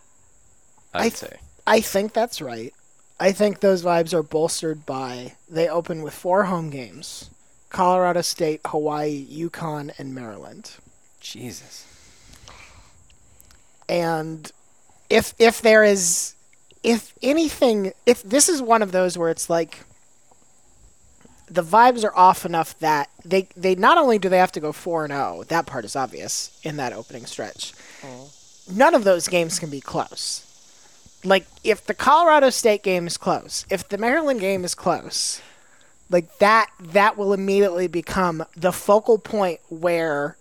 Speaker 1: I'd
Speaker 2: I
Speaker 1: say.
Speaker 2: I think that's right. I think those vibes are bolstered by they open with four home games: Colorado State, Hawaii, Yukon, and Maryland.
Speaker 5: Jesus.
Speaker 2: and if if there is if anything if this is one of those where it's like the vibes are off enough that they they not only do they have to go 4 and 0 that part is obvious in that opening stretch none of those games can be close like if the Colorado State game is close if the Maryland game is close like that that will immediately become the focal point where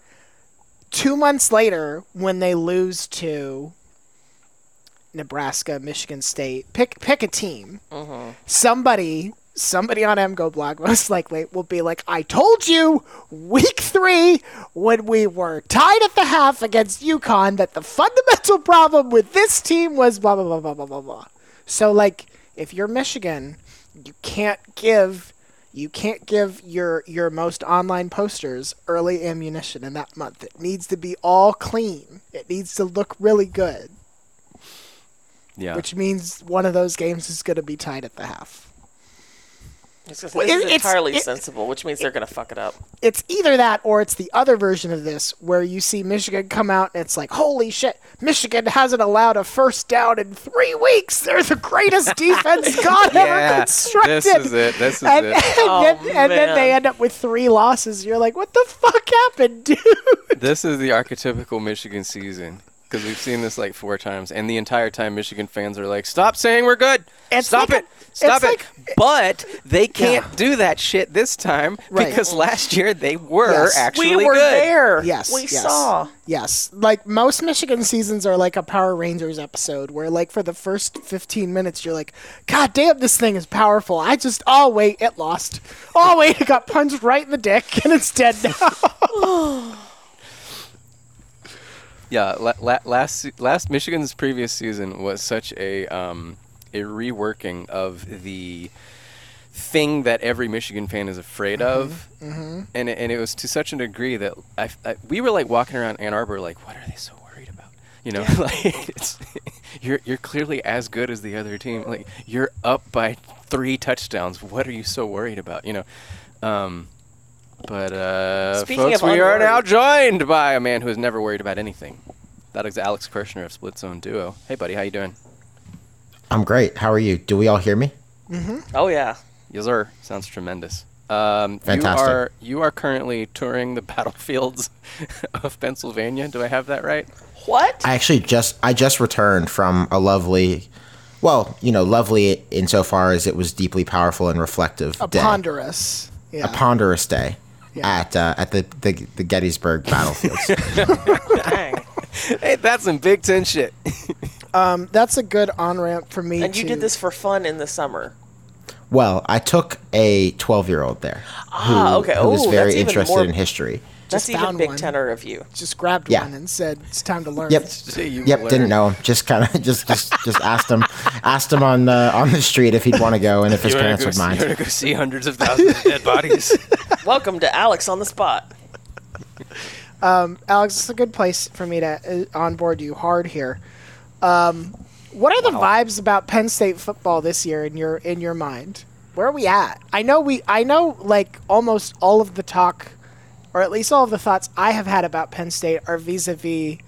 Speaker 2: two months later when they lose to Nebraska, Michigan State, pick pick a team. Somebody somebody on MGO blog most likely will be like, I told you week three when we were tied at the half against UConn that the fundamental problem with this team was blah blah blah blah blah blah blah. So like if you're Michigan, you can't give you can't give your your most online posters early ammunition in that month. It needs to be all clean. It needs to look really good,
Speaker 5: Yeah.
Speaker 2: which means one of those games is going to be tied at the half.
Speaker 3: It's, just,
Speaker 2: Well,
Speaker 3: this
Speaker 2: it-
Speaker 3: is
Speaker 2: it's-
Speaker 3: entirely
Speaker 2: it-
Speaker 3: sensible, which means they're gonna fuck it up.
Speaker 2: It's either that or it's the other version of this where you see Michigan come out and it's like, "Holy shit, Michigan hasn't allowed a first down in 3 weeks. They're the greatest defense God ever constructed."
Speaker 1: this is it. This is
Speaker 2: and,
Speaker 1: it.
Speaker 2: and then, and then they
Speaker 3: man.
Speaker 2: end up with three losses. You're like, what the fuck happened, dude?
Speaker 1: This is the archetypical Michigan season because we've seen this like four times, and the entire time Michigan fans are like, "Stop saying we're good!
Speaker 2: It's
Speaker 1: Stop
Speaker 2: like
Speaker 1: it!
Speaker 2: a-
Speaker 1: Stop
Speaker 2: it's
Speaker 1: it!"
Speaker 2: like-
Speaker 1: but they can't do that shit this time
Speaker 2: Right.
Speaker 1: because last year they were
Speaker 2: Yes. We
Speaker 1: actually
Speaker 3: we were
Speaker 1: good.
Speaker 3: there.
Speaker 2: Yes,
Speaker 3: we
Speaker 2: yes.
Speaker 3: saw.
Speaker 2: Yes, like most Michigan seasons are like a Power Rangers episode where, like, for the first 15 minutes, you're like, God damn, this thing is powerful. I just, oh, wait, it lost. Oh, wait, it got punched right in the dick and it's dead now.
Speaker 1: Yeah, la- la- last se- last Michigan's previous season was such a um, a reworking of the thing that every Michigan fan is afraid
Speaker 3: Mm-hmm.
Speaker 1: of, and it, and it was to such a degree that I, f- I- we were like walking around Ann Arbor like, what are they so worried about? You know, like it's, you're you're clearly as good as the other team. Like you're up by three touchdowns. What are you so worried about? You know. Um, but uh,
Speaker 3: Speaking
Speaker 1: folks,
Speaker 3: of
Speaker 1: we are now
Speaker 3: unworried-
Speaker 1: joined by a man who is never worried about anything. That is Alex Kirshner of Split Zone Duo. Hey, buddy, how you doing?
Speaker 6: I'm great. How are you? Do we all hear me?
Speaker 3: Oh yeah.
Speaker 1: Yes, sir. Sounds tremendous. Um,
Speaker 6: Fantastic.
Speaker 1: You are you are currently touring the battlefields of Pennsylvania. Do I have that right?
Speaker 3: What?
Speaker 6: I actually just I just returned from a lovely, well, you know, lovely insofar as it was deeply powerful and reflective
Speaker 2: a
Speaker 6: day,
Speaker 2: ponderous. Yeah.
Speaker 6: a ponderous day
Speaker 2: Yeah.
Speaker 6: at uh, at the, the the Gettysburg battlefields.
Speaker 3: Dang.
Speaker 1: Hey, that's some Big Ten shit.
Speaker 2: um, that's a good on ramp for me.
Speaker 3: and you
Speaker 2: to-
Speaker 3: did this for fun in the summer.
Speaker 6: well, I took a 12 year old there who,
Speaker 3: Ah, okay.
Speaker 6: who was
Speaker 3: Ooh,
Speaker 6: very
Speaker 3: that's even
Speaker 6: interested
Speaker 3: more-
Speaker 6: in history.
Speaker 3: That's
Speaker 2: Just
Speaker 3: even
Speaker 2: found
Speaker 3: Big
Speaker 2: one.
Speaker 3: Tenor of you.
Speaker 2: Just grabbed
Speaker 6: Yeah.
Speaker 2: one and said, it's time to learn.
Speaker 6: Yep. Yep, didn't know him. Just kind of just just just asked him, asked him on uh, on the street if he'd want to go Oh, and if his parents would mind.
Speaker 1: to go see hundreds of thousands of dead bodies?
Speaker 3: Welcome to Alex on the spot.
Speaker 2: Alex, it's a good place for me to uh, onboard you hard here. Um, what are the vibes about Penn State football this year in your in your mind? Where are we at? I know we I know like almost all of the talk, or at least all of the thoughts I have had about Penn State are vis-a-vis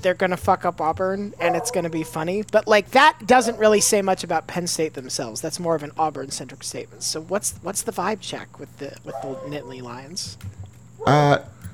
Speaker 2: they're gonna fuck up Auburn and it's gonna be funny. But like that doesn't really say much about Penn State themselves. That's more of an Auburn centric statement. So what's what's the vibe check with the with the Nittany Lions?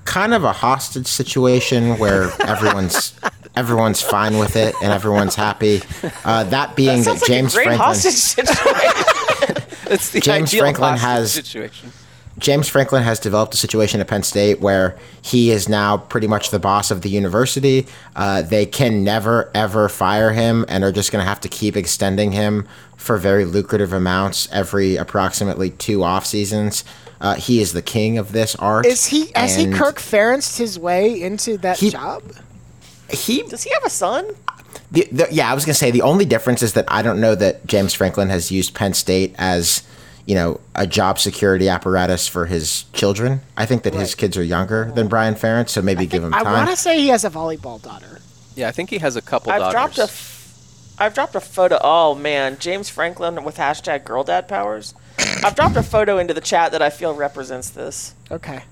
Speaker 6: kind of a hostage situation where everyone's everyone's fine with it and everyone's happy. Uh, that being that,
Speaker 3: Sounds like
Speaker 6: James
Speaker 3: a great
Speaker 6: Franklin
Speaker 3: hostage situation.
Speaker 1: That's the
Speaker 6: James
Speaker 1: ideal
Speaker 6: Franklin
Speaker 1: hostage
Speaker 6: has-
Speaker 1: situation.
Speaker 6: James Franklin has developed a situation at Penn State where he is now pretty much the boss of the university. Uh, they can never ever fire him and are just going to have to keep extending him for very lucrative amounts every approximately two off seasons. Uh, he is the king of this art.
Speaker 2: Is he has he
Speaker 6: and
Speaker 2: Kirk Ferentzed his way into that
Speaker 6: He-
Speaker 2: job?
Speaker 6: He
Speaker 3: Does he have a son?
Speaker 6: The, the, yeah, I was gonna say the only difference is that I don't know that James Franklin has used Penn State as you know a job security apparatus for his children. I think that his kids are younger than Brian Ferentz, so maybe give him
Speaker 2: I
Speaker 6: time.
Speaker 2: want to say he has a volleyball daughter.
Speaker 1: Yeah, I think he has a couple.
Speaker 3: I've
Speaker 1: daughters.
Speaker 3: dropped a. F- I've dropped a photo. Oh man, James Franklin with hashtag Girl Dad Powers. I've dropped a photo into the chat that I feel represents this.
Speaker 2: Okay.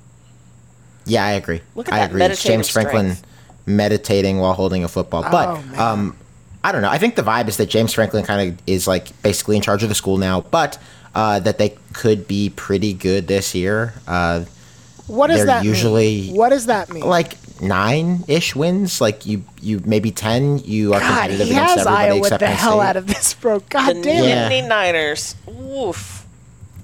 Speaker 3: Yeah, I agree.
Speaker 7: Look at
Speaker 3: I
Speaker 7: that
Speaker 3: agree. It's James
Speaker 7: meditative
Speaker 3: Franklin
Speaker 7: strength.
Speaker 3: meditating while holding a football.
Speaker 2: Oh,
Speaker 3: but
Speaker 2: man.
Speaker 3: um, I don't know. I think the vibe is that James Franklin kind of is like basically in charge of the school now, but uh, that they could be pretty good this year. Uh,
Speaker 2: What does
Speaker 3: They're
Speaker 2: that mean?
Speaker 3: usually-
Speaker 2: What does that mean?
Speaker 3: like nine ish wins. Like you, you maybe ten. You are
Speaker 2: God,
Speaker 3: competitive
Speaker 2: he
Speaker 3: against
Speaker 2: has
Speaker 3: everybody
Speaker 2: Iowa
Speaker 3: except
Speaker 2: the
Speaker 3: Penn
Speaker 2: hell
Speaker 3: State.
Speaker 2: out of this, bro. God
Speaker 7: The
Speaker 2: damn it.
Speaker 3: Yeah.
Speaker 7: Nittany Niners. Oof.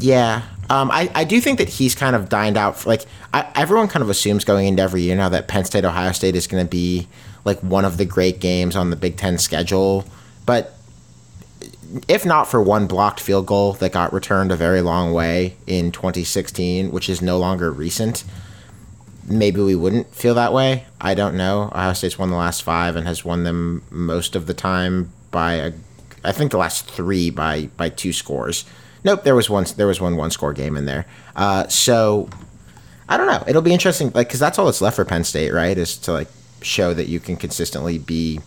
Speaker 3: Yeah. Um, I, I do think that he's kind of dined out. For, like I, everyone kind of assumes going into every year now that Penn State Ohio State is going to be like one of the great games on the Big Ten schedule. But if not for one blocked field goal that got returned a very long way in 2016, which is no longer recent, maybe we wouldn't feel that way. I don't know. Ohio State's won the last five and has won them most of the time by a, I think the last three by by two scores. Nope, there was one. There was one one score game in there. Uh, so I don't know. It'll be interesting, like because that's all that's left for Penn State, right? Is to like show that you can consistently be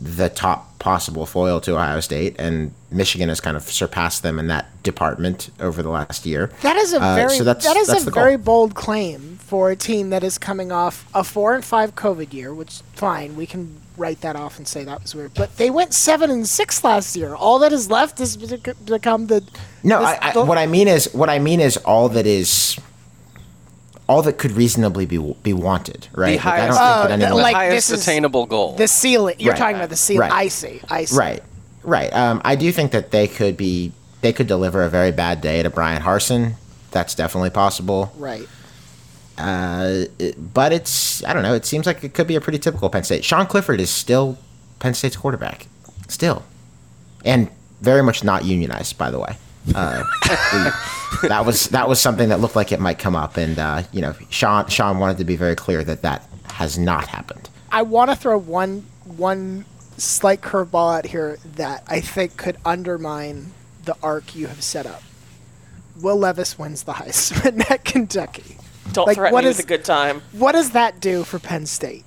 Speaker 3: the top possible foil to Ohio State, and Michigan has kind of surpassed them in that department over the last year.
Speaker 2: That is a
Speaker 3: Uh,
Speaker 2: very
Speaker 3: so that's-
Speaker 2: that is
Speaker 3: that's
Speaker 2: a
Speaker 3: the goal.
Speaker 2: very bold claim for a team that is coming off a four and five COVID year, which fine, we can write that off and say that was weird. But they went seven and six last year. All that is left is to become the
Speaker 3: No,
Speaker 2: this-
Speaker 3: I, I,
Speaker 2: the-
Speaker 3: what I mean is what I mean is all that is all that could reasonably be be wanted, right? Like, I don't
Speaker 1: highest-
Speaker 3: think that
Speaker 2: Oh,
Speaker 3: anyone-
Speaker 1: The
Speaker 2: Like,
Speaker 1: highest
Speaker 2: this is-
Speaker 1: attainable goal.
Speaker 2: the ceiling. You're
Speaker 3: Right.
Speaker 2: talking about the ceiling.
Speaker 3: Right.
Speaker 2: I see. I see.
Speaker 3: Right, right. Um, I do think that they could be they could deliver a very bad day to Brian Harson. That's definitely possible.
Speaker 2: Right.
Speaker 3: Uh, it- but it's I don't know. It seems like it could be a pretty typical Penn State. Sean Clifford is still Penn State's quarterback, still, and very much not unionized, by the way. Uh, we- that was that was something that looked like it might come up, and uh, you know, Sean Sean wanted to be very clear that that has not happened.
Speaker 2: I want to throw one one slight curveball out here that I think could undermine the arc you have set up. Will Levis wins the Heisman at Kentucky.
Speaker 7: Don't
Speaker 2: Like,
Speaker 7: threaten
Speaker 2: what
Speaker 7: me
Speaker 2: is-
Speaker 7: with a good time.
Speaker 2: What does that do for Penn State?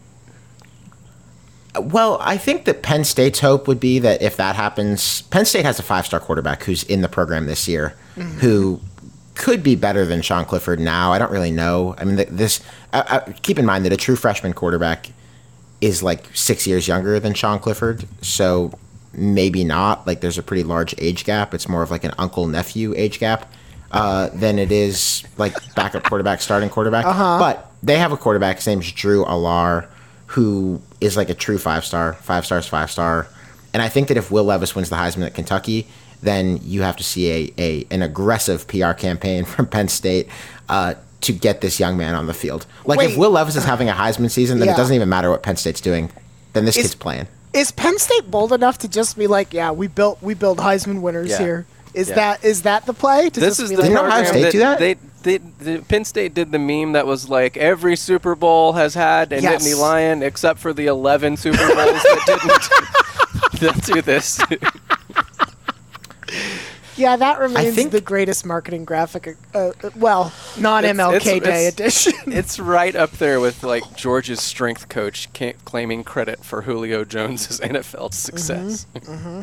Speaker 3: Well, I think that Penn State's hope would be that if that happens, Penn State has a five star quarterback who's in the program this year, who could be better than Sean Clifford now. I don't really know. I mean, th- this, I, I, keep in mind that a true freshman quarterback is like six years younger than Sean Clifford. So maybe not. Like, there's a pretty large age gap. It's more of like an uncle nephew age gap uh, than it is like backup quarterback, starting quarterback. Uh-huh. But they have a quarterback. His name's Drew Alar, who is like a true five star. Five stars, five star. And I think that if Will Levis wins the Heisman at Kentucky, then you have to see a, a an aggressive PR campaign from Penn State uh, to get this young man on the field. Like
Speaker 2: Wait.
Speaker 3: if Will Levis is having a Heisman season, then
Speaker 2: Yeah.
Speaker 3: it doesn't even matter what Penn State's doing. Then this
Speaker 2: Is-
Speaker 3: kid's playing.
Speaker 2: Is Penn State bold enough to just be like, yeah, we built we build Heisman winners
Speaker 1: Yeah.
Speaker 2: here? Is
Speaker 1: Yeah.
Speaker 2: that is that the play? To
Speaker 1: this
Speaker 2: just
Speaker 1: is
Speaker 2: be
Speaker 1: the
Speaker 3: Didn't
Speaker 2: like,
Speaker 3: Ohio
Speaker 1: program
Speaker 3: State do that?
Speaker 1: They, they, the Penn State did the meme that was like every Super Bowl has had a
Speaker 2: Yes.
Speaker 1: Nittany Lion except for the 11 Super Bowls that didn't that do this.
Speaker 2: yeah, that remains
Speaker 3: think-
Speaker 2: the greatest marketing graphic. Uh, uh, well, non MLK
Speaker 1: it's-
Speaker 2: Day
Speaker 1: it's-
Speaker 2: edition.
Speaker 1: it's right up there with like Georgia's strength coach ca- claiming credit for Julio Jones's NFL success.
Speaker 7: Mm-hmm.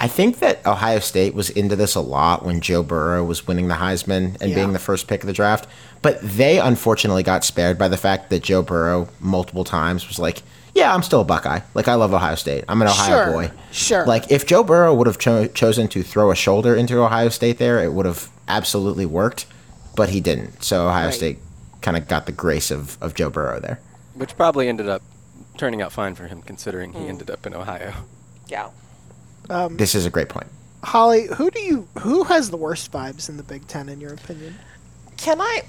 Speaker 3: I think that Ohio State was into this a lot when Joe Burrow was winning the Heisman and
Speaker 2: Yeah.
Speaker 3: being the first pick of the draft. But they unfortunately got spared by the fact that Joe Burrow multiple times was like, "Yeah, I'm still a Buckeye. Like I love Ohio State. I'm an Ohio
Speaker 2: Sure,
Speaker 3: boy."
Speaker 2: sure.
Speaker 3: Like if Joe Burrow would have cho- chosen to throw a shoulder into Ohio State there, it would have absolutely worked, but he didn't. So Ohio
Speaker 2: Right.
Speaker 3: State kind of got the grace of, of Joe Burrow there.
Speaker 1: Which probably ended up turning out fine for him considering he ended up in Ohio.
Speaker 7: Yeah. Um,
Speaker 3: This is a great point.
Speaker 2: Holly, who do you who has the worst vibes in the Big Ten in your opinion?
Speaker 7: Can I?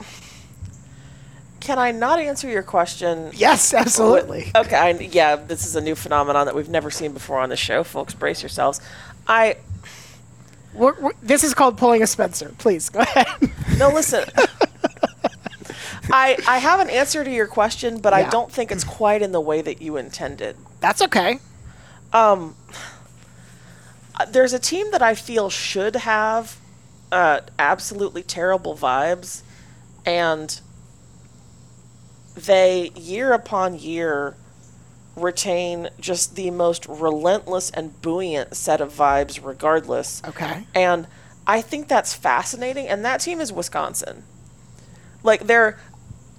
Speaker 7: Can I not answer your question?
Speaker 2: Yes, absolutely.
Speaker 3: Oh,
Speaker 7: Okay, I, yeah, this is a new phenomenon that we've never seen before on the show, folks. Brace yourselves. I
Speaker 2: We're, we're, this is called pulling a Spencer. Please go ahead.
Speaker 7: no, listen. I I have an answer to your question, but
Speaker 2: Yeah.
Speaker 7: I don't think it's quite in the way that you intended.
Speaker 2: That's okay.
Speaker 7: Uh, Um, There's a team that I feel should have uh, absolutely terrible vibes, and they year upon year retain just the most relentless and buoyant set of vibes, regardless.
Speaker 2: Okay.
Speaker 7: And I think that's fascinating. And that team is Wisconsin. Like they're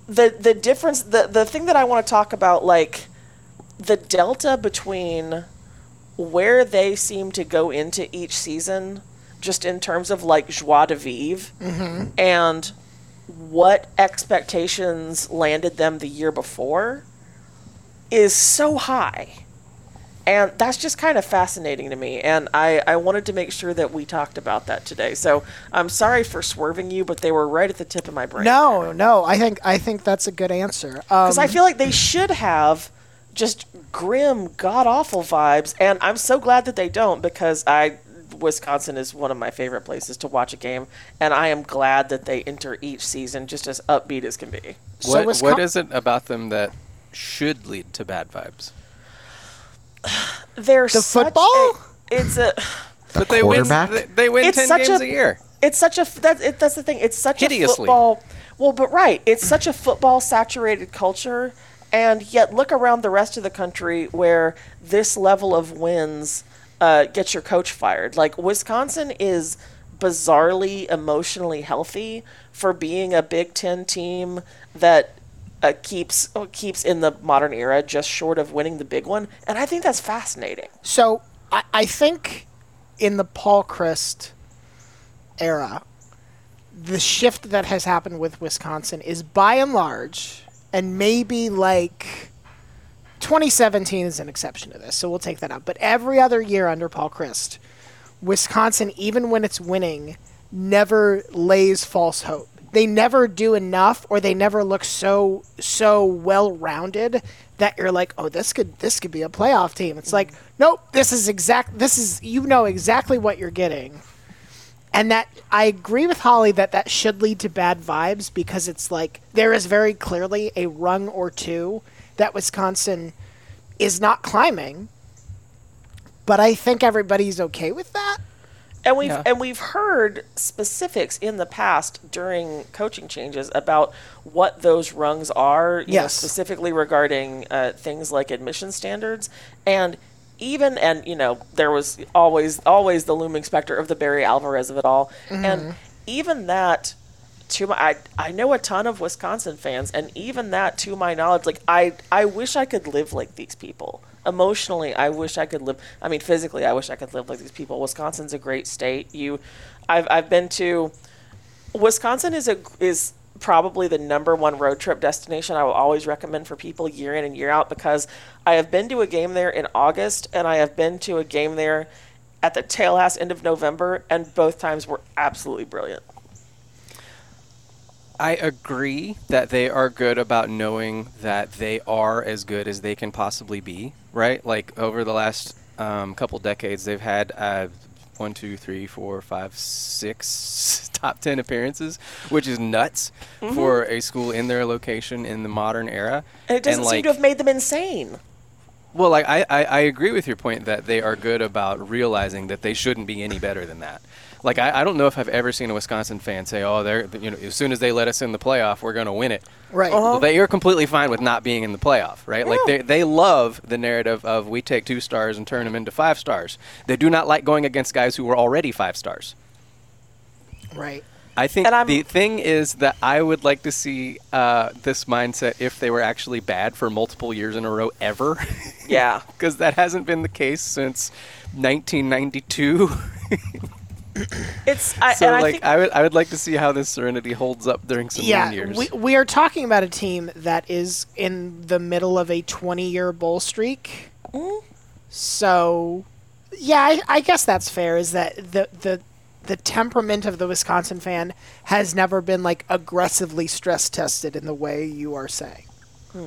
Speaker 3: the the difference the the thing that I want to talk about like the delta between where they seem to go into each season just in terms of like joie de vivre and what expectations landed them the year before is so high and that's just kind of fascinating to me and I, I wanted to make sure that we talked about that today so i'm sorry for swerving you but they were right at the tip of my brain
Speaker 2: No, no. I think I think that's a good answer. Um,
Speaker 3: because I feel like they should have just grim, god awful vibes, and I'm so glad that they don't because I Wisconsin is one of my favorite places to watch a game, and I am glad that they enter each season just as upbeat as can be.
Speaker 2: so
Speaker 1: What,
Speaker 2: Wisco-
Speaker 1: what is it about them that should lead to bad vibes?
Speaker 3: They're
Speaker 2: The
Speaker 3: such
Speaker 2: football?
Speaker 3: a- it's a
Speaker 6: The
Speaker 1: But they win.
Speaker 6: quarterback.
Speaker 1: They, they win
Speaker 3: It's
Speaker 1: ten
Speaker 3: such
Speaker 1: games
Speaker 3: a-
Speaker 1: a year.
Speaker 3: it's such a f- that, it, that's the thing. It's such a
Speaker 1: Hideously.
Speaker 3: football. Well, but right, it's such a football saturated culture, and yet look around the rest of the country where this level of wins uh, gets your coach fired. Like Wisconsin is bizarrely emotionally healthy for being a Big Ten team that uh, keeps keeps in the modern era just short of winning the big one, and I think that's fascinating.
Speaker 2: So I, I think in the Paul Christ era, the shift that has happened with Wisconsin is by and large, and maybe like 2017 is an exception to this, so we'll take that out. But every other year under Paul Christ, Wisconsin, even when it's winning, never lays false hope. They never do enough, or they never look so so well rounded that you're like, oh, this could this could be a playoff team. It's like, nope, this is exact. This is you know exactly what you're getting, and that I agree with Holly that that should lead to bad vibes because it's like there is very clearly a rung or two that Wisconsin is not climbing, but I think everybody's okay with that.
Speaker 3: And we've and we've heard specifics in the past during coaching changes about what those rungs are, you know,
Speaker 2: Yes.
Speaker 3: specifically regarding uh, things like admission standards and even and you know there was always always the looming specter of the Barry Alvarez of it all, and even that to my I, I know a ton of Wisconsin fans and even that to my knowledge like I I wish I could live like these people emotionally I wish I could live I mean physically I wish I could live like these people Wisconsin's a great state you I've I've been to Wisconsin is a is probably the number one road trip destination I will always recommend for people year in and year out because I have been to a game there in August and I have been to a game there at the tail ass end of November and both times were absolutely brilliant.
Speaker 1: I agree that they are good about knowing that they are as good as they can possibly be, right? Like over the last um, couple decades, they've had uh, one, two, three, four, five, six top 10 appearances, which is nuts
Speaker 3: Mm-hmm.
Speaker 1: for a school in their location in the modern era.
Speaker 3: And it doesn't seem
Speaker 1: like-
Speaker 3: to have made them insane.
Speaker 1: well, like I, I, I agree with your point that they are good about realizing that they shouldn't be any better than that. Like I, I don't know if I've ever seen a Wisconsin fan say, "Oh, they're you know as soon as they let us in the playoff, we're going to win it."
Speaker 2: Right.
Speaker 3: Uh-huh.
Speaker 1: Well, they are completely fine with not being in the playoff, right? Like they they love the narrative of we take two stars and turn them into five stars. They do not like going against guys who were already five stars.
Speaker 2: Right.
Speaker 1: I think
Speaker 3: And I'm-
Speaker 1: the thing is that I would like to see uh, this mindset if they were actually bad for multiple years in a row ever.
Speaker 3: Yeah.
Speaker 1: because that hasn't been the case since 1992.
Speaker 3: It's I,
Speaker 1: so,
Speaker 3: and I
Speaker 1: like,
Speaker 3: think
Speaker 1: I would, I would like to see how this serenity holds up during some
Speaker 2: yeah,
Speaker 1: lean years.
Speaker 2: we we are talking about a team that is in the middle of a 20-year bowl streak.
Speaker 3: Mm.
Speaker 2: So, yeah, I, I guess that's fair. Is that the the the temperament of the Wisconsin fan has never been like aggressively stress tested in the way you are saying. But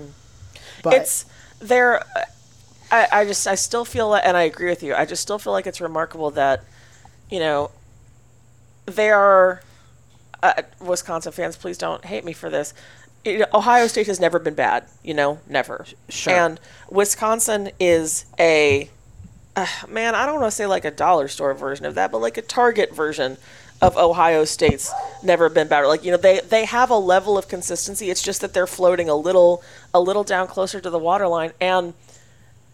Speaker 3: Hmm. it's there. I, I just I still feel like, and I agree with you. I just still feel like it's remarkable that you know they are uh, Wisconsin fans. Please don't hate me for this. You know, Ohio State has never been bad. You know, never.
Speaker 2: Sure.
Speaker 3: And Wisconsin is a man, I don't want to say like a dollar store version of that, but like a Target version of Ohio State's never been better. Like you know, they they have a level of consistency. It's just that they're floating a little a little down closer to the waterline, and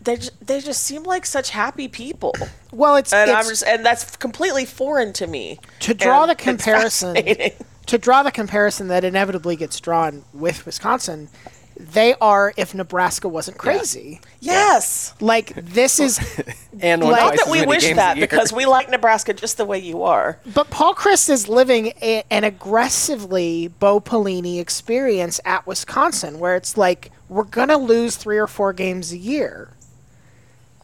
Speaker 3: they ju- they just seem like such happy people.
Speaker 2: well, it's,
Speaker 3: And I'm
Speaker 2: it's
Speaker 3: just and that's completely foreign to me.
Speaker 2: to draw
Speaker 3: And
Speaker 2: the
Speaker 3: it's
Speaker 2: comparison.
Speaker 3: fascinating.
Speaker 2: to draw the comparison that inevitably gets drawn with Wisconsin, they are if Nebraska wasn't crazy.
Speaker 3: Yes.
Speaker 2: Like this is
Speaker 1: And one
Speaker 2: Like-
Speaker 1: twice
Speaker 3: Not that
Speaker 1: as
Speaker 3: we
Speaker 1: many
Speaker 3: wish
Speaker 1: games a
Speaker 3: that
Speaker 1: year.
Speaker 3: because we like Nebraska just the way you are.
Speaker 2: But Paul Christ is living a, an aggressively Bo Pelini experience at Wisconsin, where it's like we're gonna lose three or four games a year,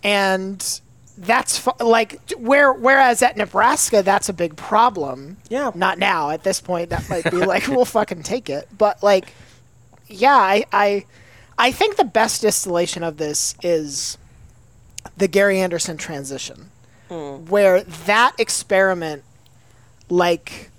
Speaker 2: and that's fu- like t- where whereas at Nebraska that's a big problem.
Speaker 3: Yeah.
Speaker 2: Not now at this point that might be like we'll fucking take it, but like yeah, I I, I think the best distillation of this is the Gary Anderson transition where that experiment like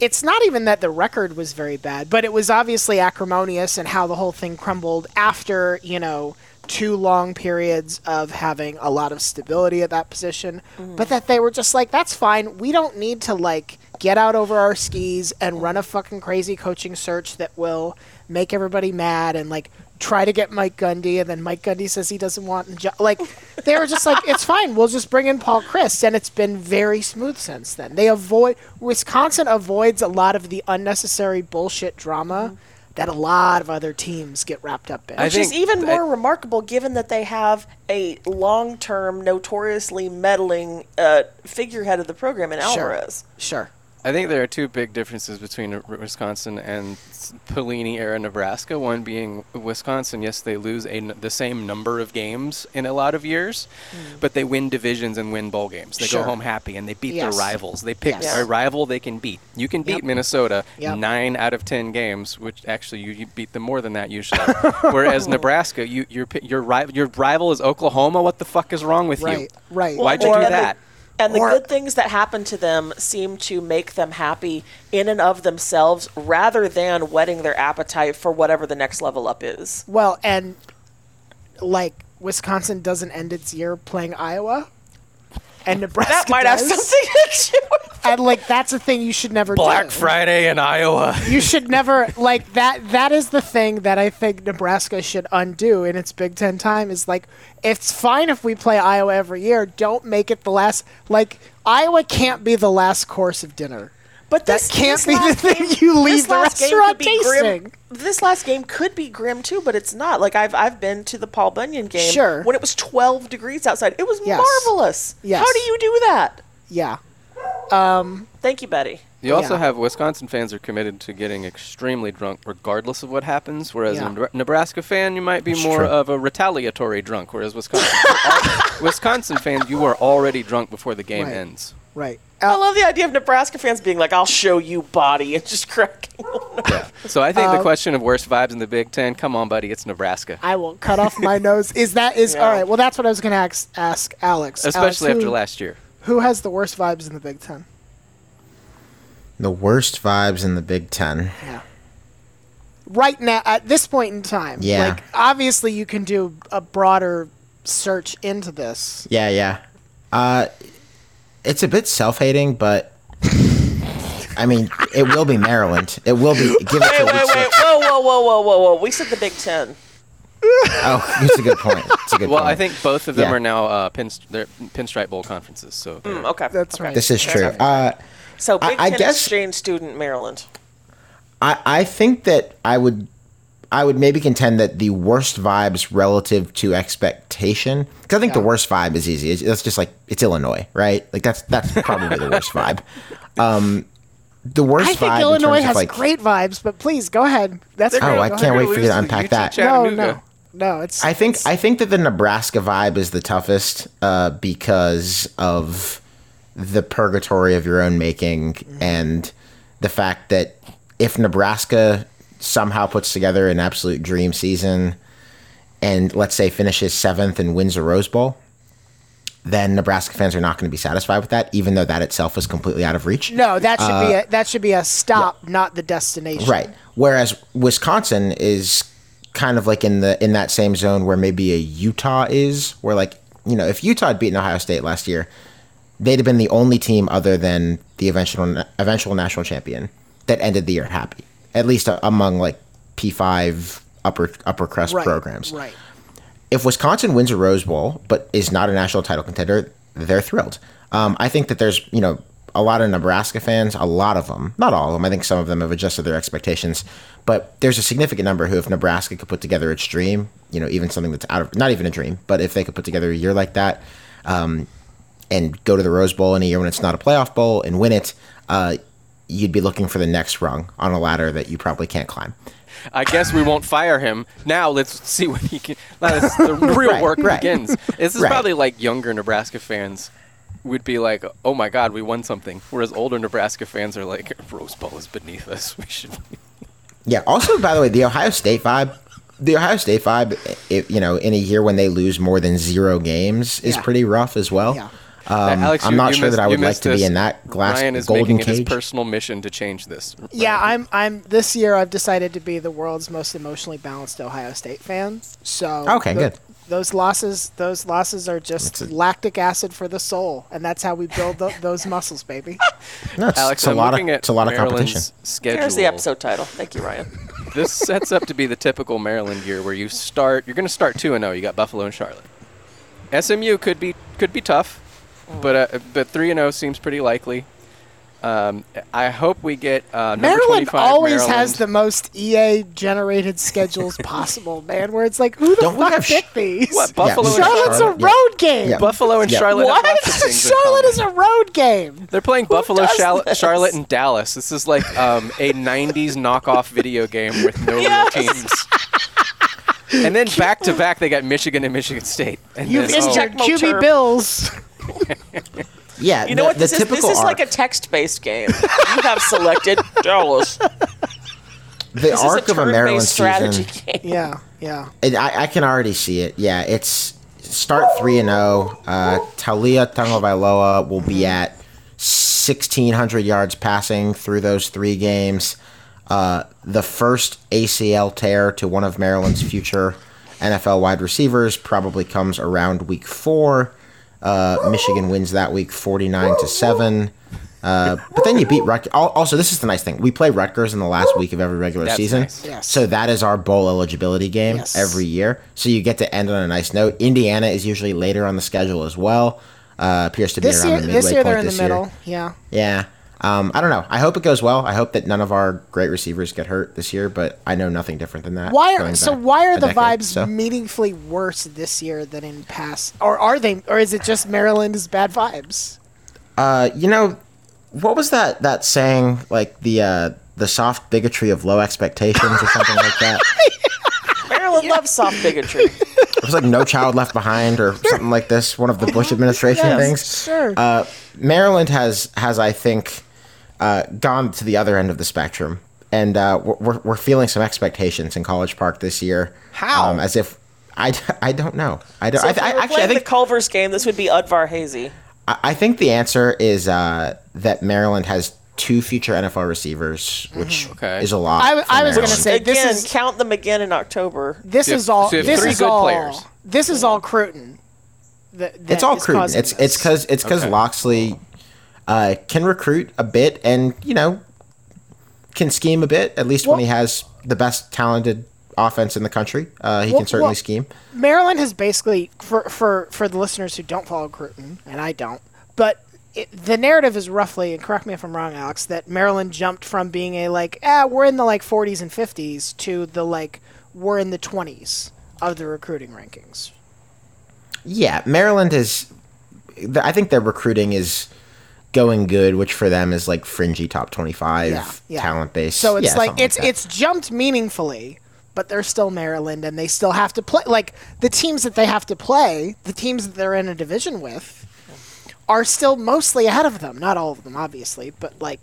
Speaker 2: it's not even that the record was very bad but it was obviously acrimonious and how the whole thing crumbled after you know two long periods of having a lot of stability at that position but that they were just like that's fine we don't need to like get out over our skis and run a fucking crazy coaching search that will make everybody mad and like try to get Mike Gundy, and then Mike Gundy says he doesn't want. Jo- like they were just like, it's fine. We'll just bring in Paul Christ, and it's been very smooth since then. They avoid Wisconsin avoids a lot of the unnecessary bullshit drama that a lot of other teams get wrapped up in.
Speaker 1: I
Speaker 3: Which is
Speaker 1: think
Speaker 3: even
Speaker 1: th-
Speaker 3: more remarkable given that they have a long term, notoriously meddling uh, figurehead of the program in
Speaker 2: Sure.
Speaker 3: Alvarez.
Speaker 2: sure.
Speaker 1: I think there are two big differences between uh, Wisconsin and s- Pelini era Nebraska. One being Wisconsin, yes, they lose a n- the same number of games in a lot of years, but they win divisions and win bowl games. They
Speaker 2: Mm. Sure.
Speaker 1: go home happy and they beat
Speaker 2: Yes.
Speaker 1: their rivals. They pick
Speaker 2: Yes.
Speaker 1: a rival they can beat. You can beat
Speaker 2: Yep.
Speaker 1: Minnesota
Speaker 2: Yep.
Speaker 1: nine out of ten games, which actually you, you beat them more than that usually. Whereas Nebraska, you your pi- your rival your rival is Oklahoma. What the fuck is wrong with you?
Speaker 2: Right, right.
Speaker 1: Why'd you
Speaker 3: Or-
Speaker 1: do
Speaker 3: and the-
Speaker 1: that?
Speaker 3: And the
Speaker 2: Or-
Speaker 3: good things that happen to them seem to make them happy in and of themselves rather than whetting their appetite for whatever the next level up is.
Speaker 2: Well, and like Wisconsin doesn't end its year playing Iowa. And Nebraska
Speaker 3: That might have
Speaker 2: does.
Speaker 3: something to do with
Speaker 2: and like that's a thing you should never do.
Speaker 1: Black Friday in Iowa.
Speaker 2: you should never like that that is the thing that i think nebraska should undo in its big ten time is like it's fine if we play iowa every year don't make it the last like iowa can't be the last course of dinner
Speaker 3: But
Speaker 2: That
Speaker 3: this
Speaker 2: can't
Speaker 3: this
Speaker 2: be the
Speaker 3: last
Speaker 2: thing
Speaker 3: game-
Speaker 2: you leave
Speaker 3: this
Speaker 2: the
Speaker 3: last game
Speaker 2: restaurant
Speaker 3: could be grim-
Speaker 2: tasting.
Speaker 3: This last game could be grim too, but it's not. Like I've I've been to the Paul Bunyan game
Speaker 2: Sure.
Speaker 3: when it was 12 degrees outside. It was
Speaker 2: Yes.
Speaker 3: marvelous.
Speaker 2: Yes.
Speaker 3: How do you do that?
Speaker 2: yeah
Speaker 3: Thank you, Betty.
Speaker 1: You also
Speaker 2: Oh, Yeah.
Speaker 1: have Wisconsin fans are committed to getting extremely drunk regardless of what happens, whereas
Speaker 2: Yeah.
Speaker 1: a Nebra- Nebraska fan you might be more of a retaliatory drunk, whereas Wisconsin Wisconsin fans you are already drunk before the game
Speaker 2: Right.
Speaker 1: ends.
Speaker 2: right
Speaker 3: I love the idea of Nebraska fans being like, "I'll show you, body," and just cracking.
Speaker 1: So I think the question of worst vibes in the Big Ten, come on, buddy, it's Nebraska,
Speaker 2: Uh, i will cut off my nose is that is
Speaker 3: Yeah.
Speaker 2: all right well that's what i was gonna ask, ask alex
Speaker 1: especially
Speaker 2: Alex,
Speaker 1: after
Speaker 2: who,
Speaker 1: last year.
Speaker 2: who has the worst vibes in the big ten
Speaker 8: The worst vibes in the Big Ten.
Speaker 2: right now at this point in time
Speaker 8: Yeah.
Speaker 2: like obviously you can do a broader search into this
Speaker 8: Yeah, yeah. Uh, it's a bit self-hating, but I mean, it will be Maryland. It will be. Give it
Speaker 3: Wait,
Speaker 8: to
Speaker 3: wait,
Speaker 8: week
Speaker 3: wait!
Speaker 8: six.
Speaker 3: Whoa, whoa, whoa, whoa, whoa, whoa! We said the Big Ten.
Speaker 8: Oh, it's a good point. It's a good
Speaker 1: Well,
Speaker 8: point.
Speaker 1: I think both of them
Speaker 8: Yeah.
Speaker 1: are now uh, pinst- they're pinstripe bowl conferences, so they're-
Speaker 3: Mm, okay,
Speaker 2: that's
Speaker 3: okay.
Speaker 2: right
Speaker 8: this is true. Uh,
Speaker 3: So Big
Speaker 8: I
Speaker 3: Ten
Speaker 8: guess-
Speaker 3: exchange student Maryland.
Speaker 8: I I think that I would I would maybe contend that the worst vibes relative to expectation. 'cause I think the worst vibe is easy. It's, that's just like it's Illinois, right? Like that's that's probably the worst vibe. Um, the worst
Speaker 2: I think
Speaker 8: vibe in
Speaker 2: Illinois
Speaker 8: terms
Speaker 2: has
Speaker 8: of like
Speaker 2: great vibes, but please go ahead. That's
Speaker 8: Oh,
Speaker 2: great.
Speaker 8: I
Speaker 2: Go
Speaker 8: can't
Speaker 2: ahead.
Speaker 8: wait for you to unpack that.
Speaker 2: No,
Speaker 1: Chattanooga.
Speaker 2: no, no. It's
Speaker 8: I think I think that the Nebraska vibe is the toughest uh, because of the purgatory of your own making
Speaker 2: Mm-hmm.
Speaker 8: and the fact that if Nebraska somehow puts together an absolute dream season and let's say finishes seventh and wins a Rose Bowl, then Nebraska fans are not going to be satisfied with that, even though that itself is completely out of reach.
Speaker 2: no. That should be a, that should be a stop, not the destination.
Speaker 8: Uh, Right. Whereas Wisconsin is kind of like in the in that same zone where maybe a Utah is, where like you know if Utah had beaten Ohio State last year, they'd have been the only team other than the eventual eventual national champion that ended the year happy, at least among like P five upper upper crust
Speaker 2: Right.
Speaker 8: programs
Speaker 2: Right.
Speaker 8: if Wisconsin wins a Rose Bowl but is not a national title contender, they're thrilled. Um, I think that there's you know
Speaker 3: a lot of Nebraska fans, a lot of them, not all of them, I think some of them have adjusted their expectations, but there's a significant number who, if Nebraska could put together its dream, you know, even something that's out of, not even a dream, but if they could put together a year like that um, and go to the Rose Bowl in a year when it's not a playoff bowl and win it, uh, you'd be looking for the next rung on a ladder that you probably can't climb.
Speaker 1: I guess we won't fire him. Now let's see what he can. Now that's the real
Speaker 3: Right,
Speaker 1: work
Speaker 3: right.
Speaker 1: begins. This is
Speaker 3: Right.
Speaker 1: probably like younger Nebraska fans would be like, "Oh my God, we won something," whereas older Nebraska fans are like, "Rose Bowl is beneath us. We should."
Speaker 3: Yeah. Also, by the way, the Ohio State vibe, the Ohio State vibe, if, you know, in a year when they lose more than zero games is
Speaker 2: Yeah.
Speaker 3: pretty rough as well.
Speaker 2: Yeah.
Speaker 3: Um,
Speaker 1: Alex,
Speaker 3: I'm
Speaker 1: you-
Speaker 3: not
Speaker 1: you
Speaker 3: sure
Speaker 1: missed-
Speaker 3: that I
Speaker 1: you
Speaker 3: would like
Speaker 1: missed
Speaker 3: to be
Speaker 1: this.
Speaker 3: in that glass
Speaker 1: Ryan is
Speaker 3: golden
Speaker 1: making it his
Speaker 3: cage.
Speaker 1: personal mission to change this.
Speaker 2: Yeah, I'm. I'm. This year, I've decided to be the world's most emotionally balanced Ohio State fan. So
Speaker 3: Okay,
Speaker 2: tho-
Speaker 3: good.
Speaker 2: Those losses, those losses are just lactic acid for the soul, and that's how we build tho- those muscles, baby.
Speaker 3: No, it's,
Speaker 1: Alex,
Speaker 3: it's a
Speaker 1: I'm
Speaker 3: lot of
Speaker 1: looking at
Speaker 3: it's a lot of competition.
Speaker 1: Maryland's schedule.
Speaker 9: There's the episode title. Thank you, Ryan.
Speaker 1: this sets up to be the typical Maryland year where you start. You're going to start two and zero. You got Buffalo and Charlotte. SMU could be could be tough, but uh, but three and zero seems pretty likely. Um, I hope we get uh, number
Speaker 2: Maryland
Speaker 1: 25
Speaker 2: always
Speaker 1: Maryland.
Speaker 2: has the most EA generated schedules possible, man. Where it's like, who the
Speaker 3: Don't we
Speaker 2: fuck
Speaker 3: have sh-
Speaker 2: picked these?
Speaker 1: what Buffalo and
Speaker 3: Charlotte-
Speaker 2: Charlotte's a
Speaker 3: Charlotte, yeah.
Speaker 2: road game.
Speaker 3: Yeah.
Speaker 1: Buffalo and
Speaker 3: Yeah.
Speaker 1: Charlotte. have
Speaker 2: What?
Speaker 1: lots of things in
Speaker 2: Charlotte
Speaker 1: common.
Speaker 2: is a road game.
Speaker 1: They're playing Buffalo,
Speaker 9: does
Speaker 1: Charlotte,
Speaker 9: this?
Speaker 1: Charlotte, and Dallas. This is like um, a '90s knockoff video game with no
Speaker 9: Yes.
Speaker 1: real teams. And then back to back, they got Michigan and Michigan State. And
Speaker 2: You've
Speaker 1: then,
Speaker 9: It's
Speaker 1: oh,
Speaker 9: Jack
Speaker 2: injured QB
Speaker 9: Moulter.
Speaker 2: Bills.
Speaker 3: Yeah,
Speaker 9: You know
Speaker 3: the,
Speaker 9: what?
Speaker 3: the
Speaker 9: This is,
Speaker 3: typical
Speaker 9: this is like a
Speaker 3: arc-
Speaker 9: text-based game. You have selected Dallas.
Speaker 3: the
Speaker 9: This
Speaker 3: arc
Speaker 9: is a
Speaker 3: of a Maryland
Speaker 9: turn-based strategy
Speaker 3: season.
Speaker 9: game.
Speaker 2: Yeah, yeah.
Speaker 3: It, I, I can already see it. Yeah, it's start three and zero. Uh, Talia Tungavailoa will be at sixteen hundred yards passing through those three games. Uh, the first ACL tear to one of Maryland's future NFL wide receivers probably comes around week four. Uh, Michigan wins that week forty nine to seven. Uh, but then you beat Rutgers. Also, this is the nice thing. We play Rutgers in the last week of every regular
Speaker 1: That's
Speaker 3: season.
Speaker 1: nice.
Speaker 2: Yes.
Speaker 3: So that is our bowl eligibility game
Speaker 2: Yes.
Speaker 3: every year. So you get to end on a nice note. Indiana is usually later on the schedule as well. Uh, appears to be
Speaker 2: This
Speaker 3: around
Speaker 2: year,
Speaker 3: the midway
Speaker 2: this year
Speaker 3: point
Speaker 2: they're in the
Speaker 3: this
Speaker 2: middle.
Speaker 3: year.
Speaker 2: Yeah.
Speaker 3: Yeah. Um, I don't know. I hope it goes well. I hope that none of our great receivers get hurt this year, but I know nothing different than that.
Speaker 2: Why
Speaker 3: going
Speaker 2: are so?
Speaker 3: back
Speaker 2: Why are
Speaker 3: a
Speaker 2: the
Speaker 3: decade,
Speaker 2: vibes
Speaker 3: so.
Speaker 2: meaningfully worse this year than in past? Or are they? Or is it just Maryland's bad vibes?
Speaker 3: Uh, you know, what was that that saying? Like the uh, the soft bigotry of low expectations or something like that.
Speaker 9: Maryland loves soft bigotry.
Speaker 3: It was like No Child Left Behind or something like this. One of the
Speaker 2: Uh-huh.
Speaker 3: Bush administration things.
Speaker 2: Sure.
Speaker 3: Uh, Maryland has has I think uh, gone to the other end of the spectrum, and uh, we're- we're we're feeling some expectations in College Park this year.
Speaker 1: How?
Speaker 3: Um, as if I, d- I don't know. I don't.
Speaker 9: So
Speaker 3: I,
Speaker 9: if
Speaker 3: th-
Speaker 9: we
Speaker 3: I,
Speaker 9: were
Speaker 3: actually I
Speaker 9: playing
Speaker 3: think
Speaker 9: the Culver's game, this would be Udvar Hazy.
Speaker 3: I I think the answer is uh, that Maryland has two future NFL receivers,
Speaker 9: Mm-hmm.
Speaker 3: which
Speaker 1: Okay.
Speaker 3: is a lot.
Speaker 2: I-
Speaker 3: for
Speaker 2: I was gonna
Speaker 3: Maryland.
Speaker 2: say- this
Speaker 9: Again,
Speaker 2: is-
Speaker 9: count them again in October.
Speaker 2: this
Speaker 1: so you
Speaker 2: is
Speaker 1: have-
Speaker 2: all.
Speaker 1: so you have
Speaker 2: this
Speaker 1: three
Speaker 2: is
Speaker 1: good
Speaker 2: all.
Speaker 1: players.
Speaker 2: This is all Cruton. that- that
Speaker 3: it's all
Speaker 2: is
Speaker 3: Cruton.
Speaker 2: causing
Speaker 3: It's it's
Speaker 2: this.
Speaker 3: because it's because
Speaker 1: Okay.
Speaker 3: Loxley uh, can recruit a bit, and you know can scheme a bit. At least
Speaker 2: Well-
Speaker 3: when he has the best talented offense in the country, uh, he
Speaker 2: Well-
Speaker 3: can certainly
Speaker 2: well-
Speaker 3: scheme.
Speaker 2: Maryland has basically for for for the listeners who don't follow Cruton, and I don't, but it, the narrative is roughly, and correct me if I'm wrong, Alex, that Maryland jumped from being a like, ah, we're in the like 40s and 50s to the like we're in the 20s of the recruiting rankings.
Speaker 3: Yeah, Maryland is. th- I think their recruiting is going good, which for them is like fringy top twenty-five
Speaker 2: Yeah, yeah.
Speaker 3: talent base.
Speaker 2: So it's
Speaker 3: Yeah,
Speaker 2: like
Speaker 3: something
Speaker 2: it's
Speaker 3: that.
Speaker 2: it's jumped meaningfully, but they're still Maryland, and they still have to play like the teams that they have to play, the teams that they're in a division with, are still mostly ahead of them. Not all of them, obviously, but like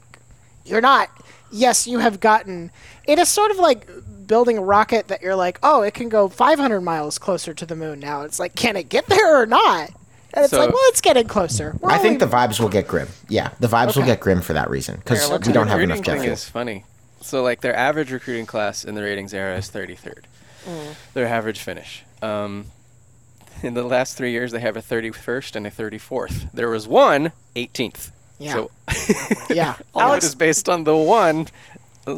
Speaker 2: you're not. Yes, you have gotten. It is sort of like building a rocket that you're like, oh, it can go 500 miles closer to the moon now. It's like, can it get there or not? And it's
Speaker 1: So-
Speaker 2: like, well, it's getting closer. We're
Speaker 3: I think the
Speaker 2: only-
Speaker 3: vibes will get grim. Yeah, the vibes will
Speaker 2: Okay.
Speaker 3: get grim for that reason because
Speaker 9: Maryland's
Speaker 3: we don't have
Speaker 1: recruiting
Speaker 3: enough jet
Speaker 1: thing
Speaker 3: fuel.
Speaker 1: is funny. So like their average recruiting class in the ratings era is 33rd. Their average finish. Um, in the last three years, they have a 31st and a 34th. There was one 18th.
Speaker 2: Yeah.
Speaker 1: So
Speaker 2: yeah.
Speaker 1: all
Speaker 9: Alex-
Speaker 1: of it is based on the one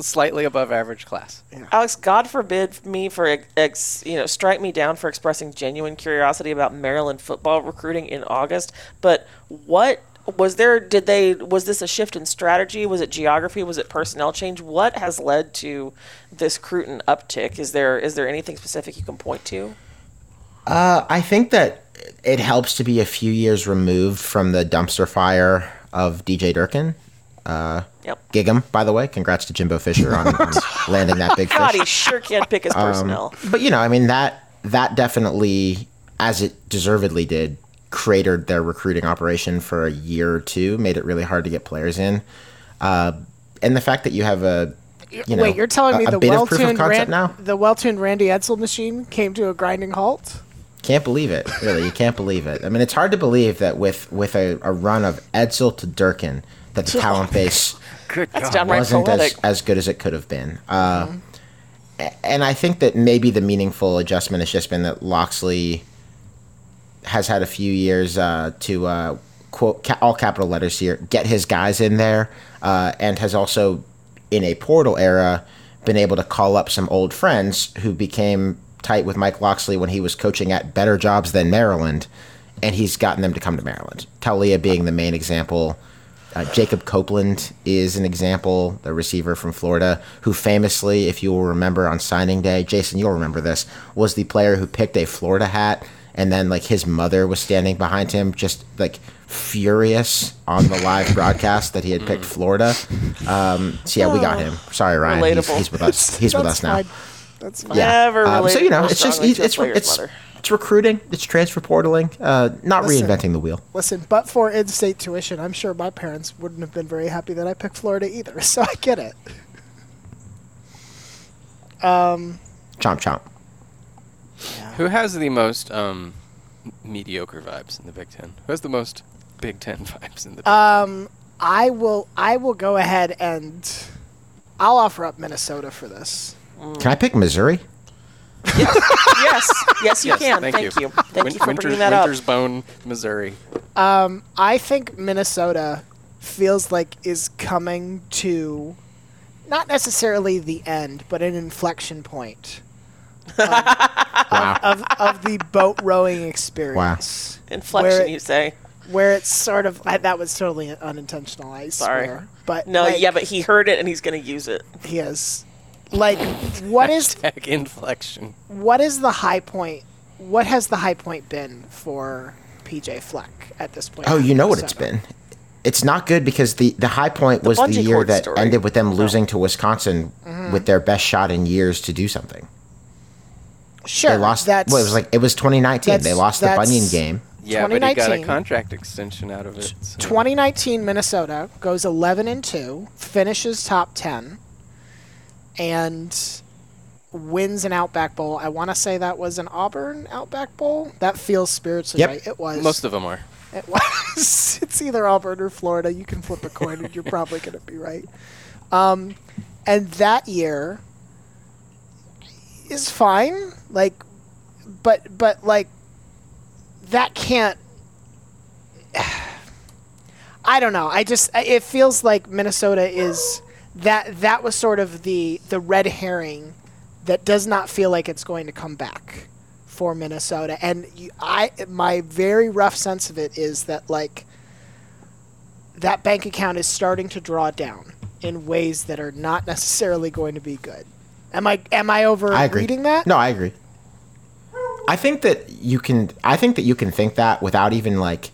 Speaker 1: slightly above average class.
Speaker 9: Alex, God forbid me for ex, you know strike me down for expressing genuine curiosity about Maryland football recruiting in August. But what
Speaker 3: was there did they was this a shift in strategy was it geography was it personnel change what has led to this cruton uptick is there is there anything specific you can point to
Speaker 10: Uh, I think that it helps to be a few years removed from the dumpster fire of DJ Durkin. Uh,
Speaker 3: Yep.
Speaker 10: Gig'em, by the way. Congrats to Jimbo Fisher on, on landing that big
Speaker 3: god
Speaker 10: fish. Um,
Speaker 3: he sure can't pick his personnel
Speaker 10: But you know, I mean that that definitely, as it deservedly did, cratered their recruiting operation for a year or two, made it really hard to get players in, uh, and the fact that you have a you know,
Speaker 2: Wait, you're telling
Speaker 10: a,
Speaker 2: me
Speaker 10: a
Speaker 2: the
Speaker 10: bit
Speaker 2: well
Speaker 10: of proof of
Speaker 2: tuned
Speaker 10: concept now?
Speaker 2: the well tuned Randy Edsel machine came to a grinding halt?
Speaker 10: Can't believe it, really. You can't believe it. I mean, it's hard to believe that with with a, a run of Edsel to Durkin, that the talent base
Speaker 1: Oh, Good
Speaker 3: that's
Speaker 1: God. Mm-hmm.
Speaker 3: downright
Speaker 10: wasn't
Speaker 3: poetic
Speaker 10: as, as good as it could have been. Uh, a- And I think that maybe the meaningful adjustment has just been that Loxley has had a few years uh, to uh, quote ca- all capital letters here get his guys in there, uh, and has also in a portal era been able to call up some old friends who became tight with Mike Loxley when he was coaching at better jobs than Maryland, and he's gotten them to come to Maryland. Talia being the main example. Uh, Jacob Copeland is an example, the receiver from Florida, who famously, if you will remember on signing day, Jason, you'll remember this, was the player who picked a Florida hat and then like his mother was standing behind him just like furious on the live broadcast that he had picked Florida. Um, so yeah, we got him. Sorry, Ryan. He's,
Speaker 3: Relatable.
Speaker 10: he's with us. He's with
Speaker 2: That's
Speaker 10: us now.
Speaker 2: fine. That's fine.
Speaker 10: Yeah.
Speaker 3: Never
Speaker 10: Um, so
Speaker 3: related
Speaker 10: you know,
Speaker 3: more
Speaker 10: it's just
Speaker 3: strongly
Speaker 10: it's
Speaker 3: to a
Speaker 10: it's,
Speaker 3: player's
Speaker 10: it's,
Speaker 3: mother.
Speaker 10: it's recruiting, it's transfer portaling, uh, not
Speaker 2: Listen.
Speaker 10: reinventing the wheel.
Speaker 2: Listen, but for in state tuition, I'm sure my parents wouldn't have been very happy that I picked Florida either, so I get it.
Speaker 10: Chomp chomp.
Speaker 9: Who has the most um, mediocre vibes in the Big Ten? Who has the most Big Ten vibes in the Big
Speaker 2: I will I will go ahead and I'll offer up Minnesota for this.
Speaker 10: Can I pick Missouri?
Speaker 3: yes yes you
Speaker 9: Yes,
Speaker 3: can
Speaker 9: thank
Speaker 3: thank,
Speaker 9: you.
Speaker 3: you. thank
Speaker 9: Win-
Speaker 3: you for
Speaker 9: Winter-
Speaker 3: bringing that
Speaker 9: Winter's
Speaker 3: up
Speaker 9: Bone, Missouri.
Speaker 2: I think Minnesota feels like is coming to not necessarily the end, but an inflection point
Speaker 10: Wow.
Speaker 2: of, of the boat rowing experience.
Speaker 3: inflection
Speaker 2: Where-
Speaker 3: you say
Speaker 2: Where it's sort of I, that was totally unintentional. I
Speaker 3: Sorry.
Speaker 2: swear. But
Speaker 3: no
Speaker 2: like,
Speaker 3: yeah but he heard it and he's gonna use it
Speaker 2: he is like what is
Speaker 9: Tech inflection.
Speaker 2: what is the high point? What has the high point been for PJ Fleck at this point?
Speaker 10: Oh,
Speaker 2: in
Speaker 10: you know what it's
Speaker 2: Minnesota?
Speaker 10: been. It's not good because the, the high point was the
Speaker 3: bungee
Speaker 10: year
Speaker 3: cord
Speaker 10: that
Speaker 3: story.
Speaker 10: ended with them losing to Wisconsin
Speaker 9: Mm-hmm.
Speaker 10: with their best shot in years to do something.
Speaker 2: Sure,
Speaker 10: They lost.
Speaker 2: That's
Speaker 10: well, it was like it was 2019. They
Speaker 2: that's-
Speaker 10: lost the
Speaker 2: that's-
Speaker 10: Bunyan game.
Speaker 9: Yeah, but he got a
Speaker 2: 2019.
Speaker 9: contract extension out of it. so-
Speaker 2: 2019 Minnesota goes 11 and 2, finishes top 10 and wins an Outback Bowl. I want to say that was an Auburn Outback Bowl. That feels spiritually
Speaker 10: Yep.
Speaker 2: right. It was.
Speaker 9: Most of them are.
Speaker 2: It was. it's either Auburn or Florida. You can flip a coin, and you're probably going to be right. Um, and that year is fine. Like, but but like that can't. I don't know. I just I- it feels like Minnesota is that that was sort of the the red herring that does not feel like it's going to come back for Minnesota. And you, I, my very rough sense of it is that like that bank account is starting to draw down in ways that are not necessarily going to be good. Am I am I over
Speaker 10: I agree.
Speaker 2: reading that?
Speaker 10: No, I agree. I think that you can. I think that you can think that without even like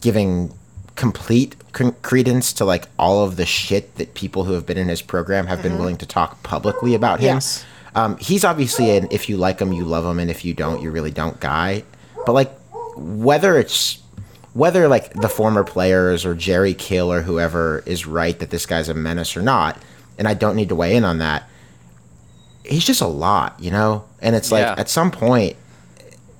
Speaker 10: giving complete con- credence to like all of the shit that people who have been in his program have been willing to talk publicly about him.
Speaker 2: Yes.
Speaker 10: Um, he's obviously an if you like him, you love him, and if you don't, you really don't guy. But like whether it's whether like the former players or Jerry Kill or whoever is right that this guy's a menace or not, and I don't need to weigh in on that. He's just a lot, you know. And it's like
Speaker 9: Yeah.
Speaker 10: at some point,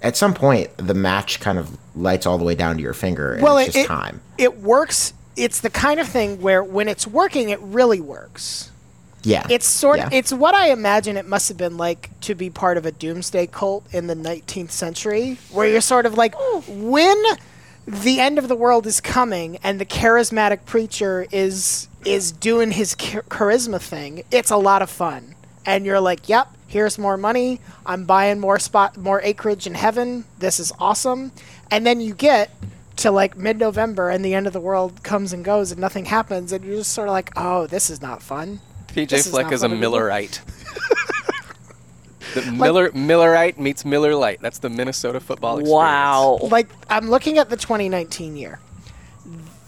Speaker 10: at some point, the match kind of lights all the way down to your finger, and it's just time.
Speaker 2: it works. It's the kind of thing where when it's working, it really works.
Speaker 10: Yeah,
Speaker 2: It's sort of
Speaker 10: Yeah.
Speaker 2: it's what I imagine it must have been like to be part of a doomsday cult in the 19th century, where you're sort of like when the end of the world is coming and the charismatic preacher is is doing his char- charisma thing. It's a lot of fun, and you're like, "Yep, here's more money. I'm buying more spot, more acreage in heaven. This is awesome." And then you get to like mid-November and the end of the world comes and goes and nothing happens and you're just sort of like, oh, this is not fun.
Speaker 1: PJ
Speaker 2: This is
Speaker 1: Fleck
Speaker 2: not
Speaker 1: is a
Speaker 2: fun anymore.
Speaker 1: Millerite. the Miller Millerite meets Miller Lite. That's the Minnesota football experience.
Speaker 3: Wow.
Speaker 2: Like I'm looking at the 2019 year.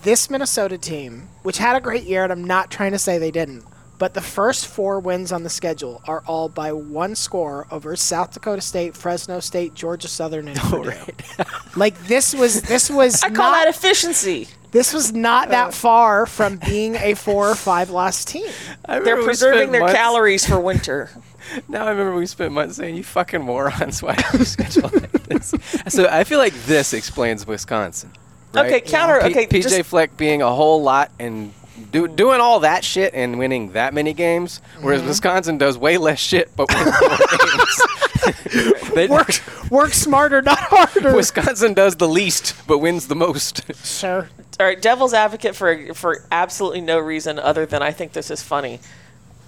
Speaker 2: This Minnesota team, which had a great year, and I'm not trying to say they didn't, but the first four wins on the schedule are all by one score over South Dakota State, Fresno State, Georgia Southern, and Purdue. like this was this was
Speaker 3: I call
Speaker 2: not-
Speaker 3: that Oh. efficiency.
Speaker 2: This was not that far from being a four or five loss team.
Speaker 1: I remember
Speaker 3: They're
Speaker 1: we
Speaker 3: preserving
Speaker 1: spent
Speaker 3: their
Speaker 1: months-
Speaker 3: calories for winter.
Speaker 1: Now I remember we spent months saying you fucking morons. Why do you schedule like this? So I feel like this explains Wisconsin. right?
Speaker 3: Okay, counter-
Speaker 1: P-
Speaker 3: okay,
Speaker 1: PJ
Speaker 3: just-
Speaker 1: Fleck being a whole lot and do, doing all that shit and winning that many games, whereas Wisconsin does way less shit but wins more games. They-
Speaker 2: Work smarter, not harder.
Speaker 1: Wisconsin does the least but wins the most.
Speaker 2: Sure.
Speaker 3: All right, devil's advocate for for absolutely no reason other than I think this is funny.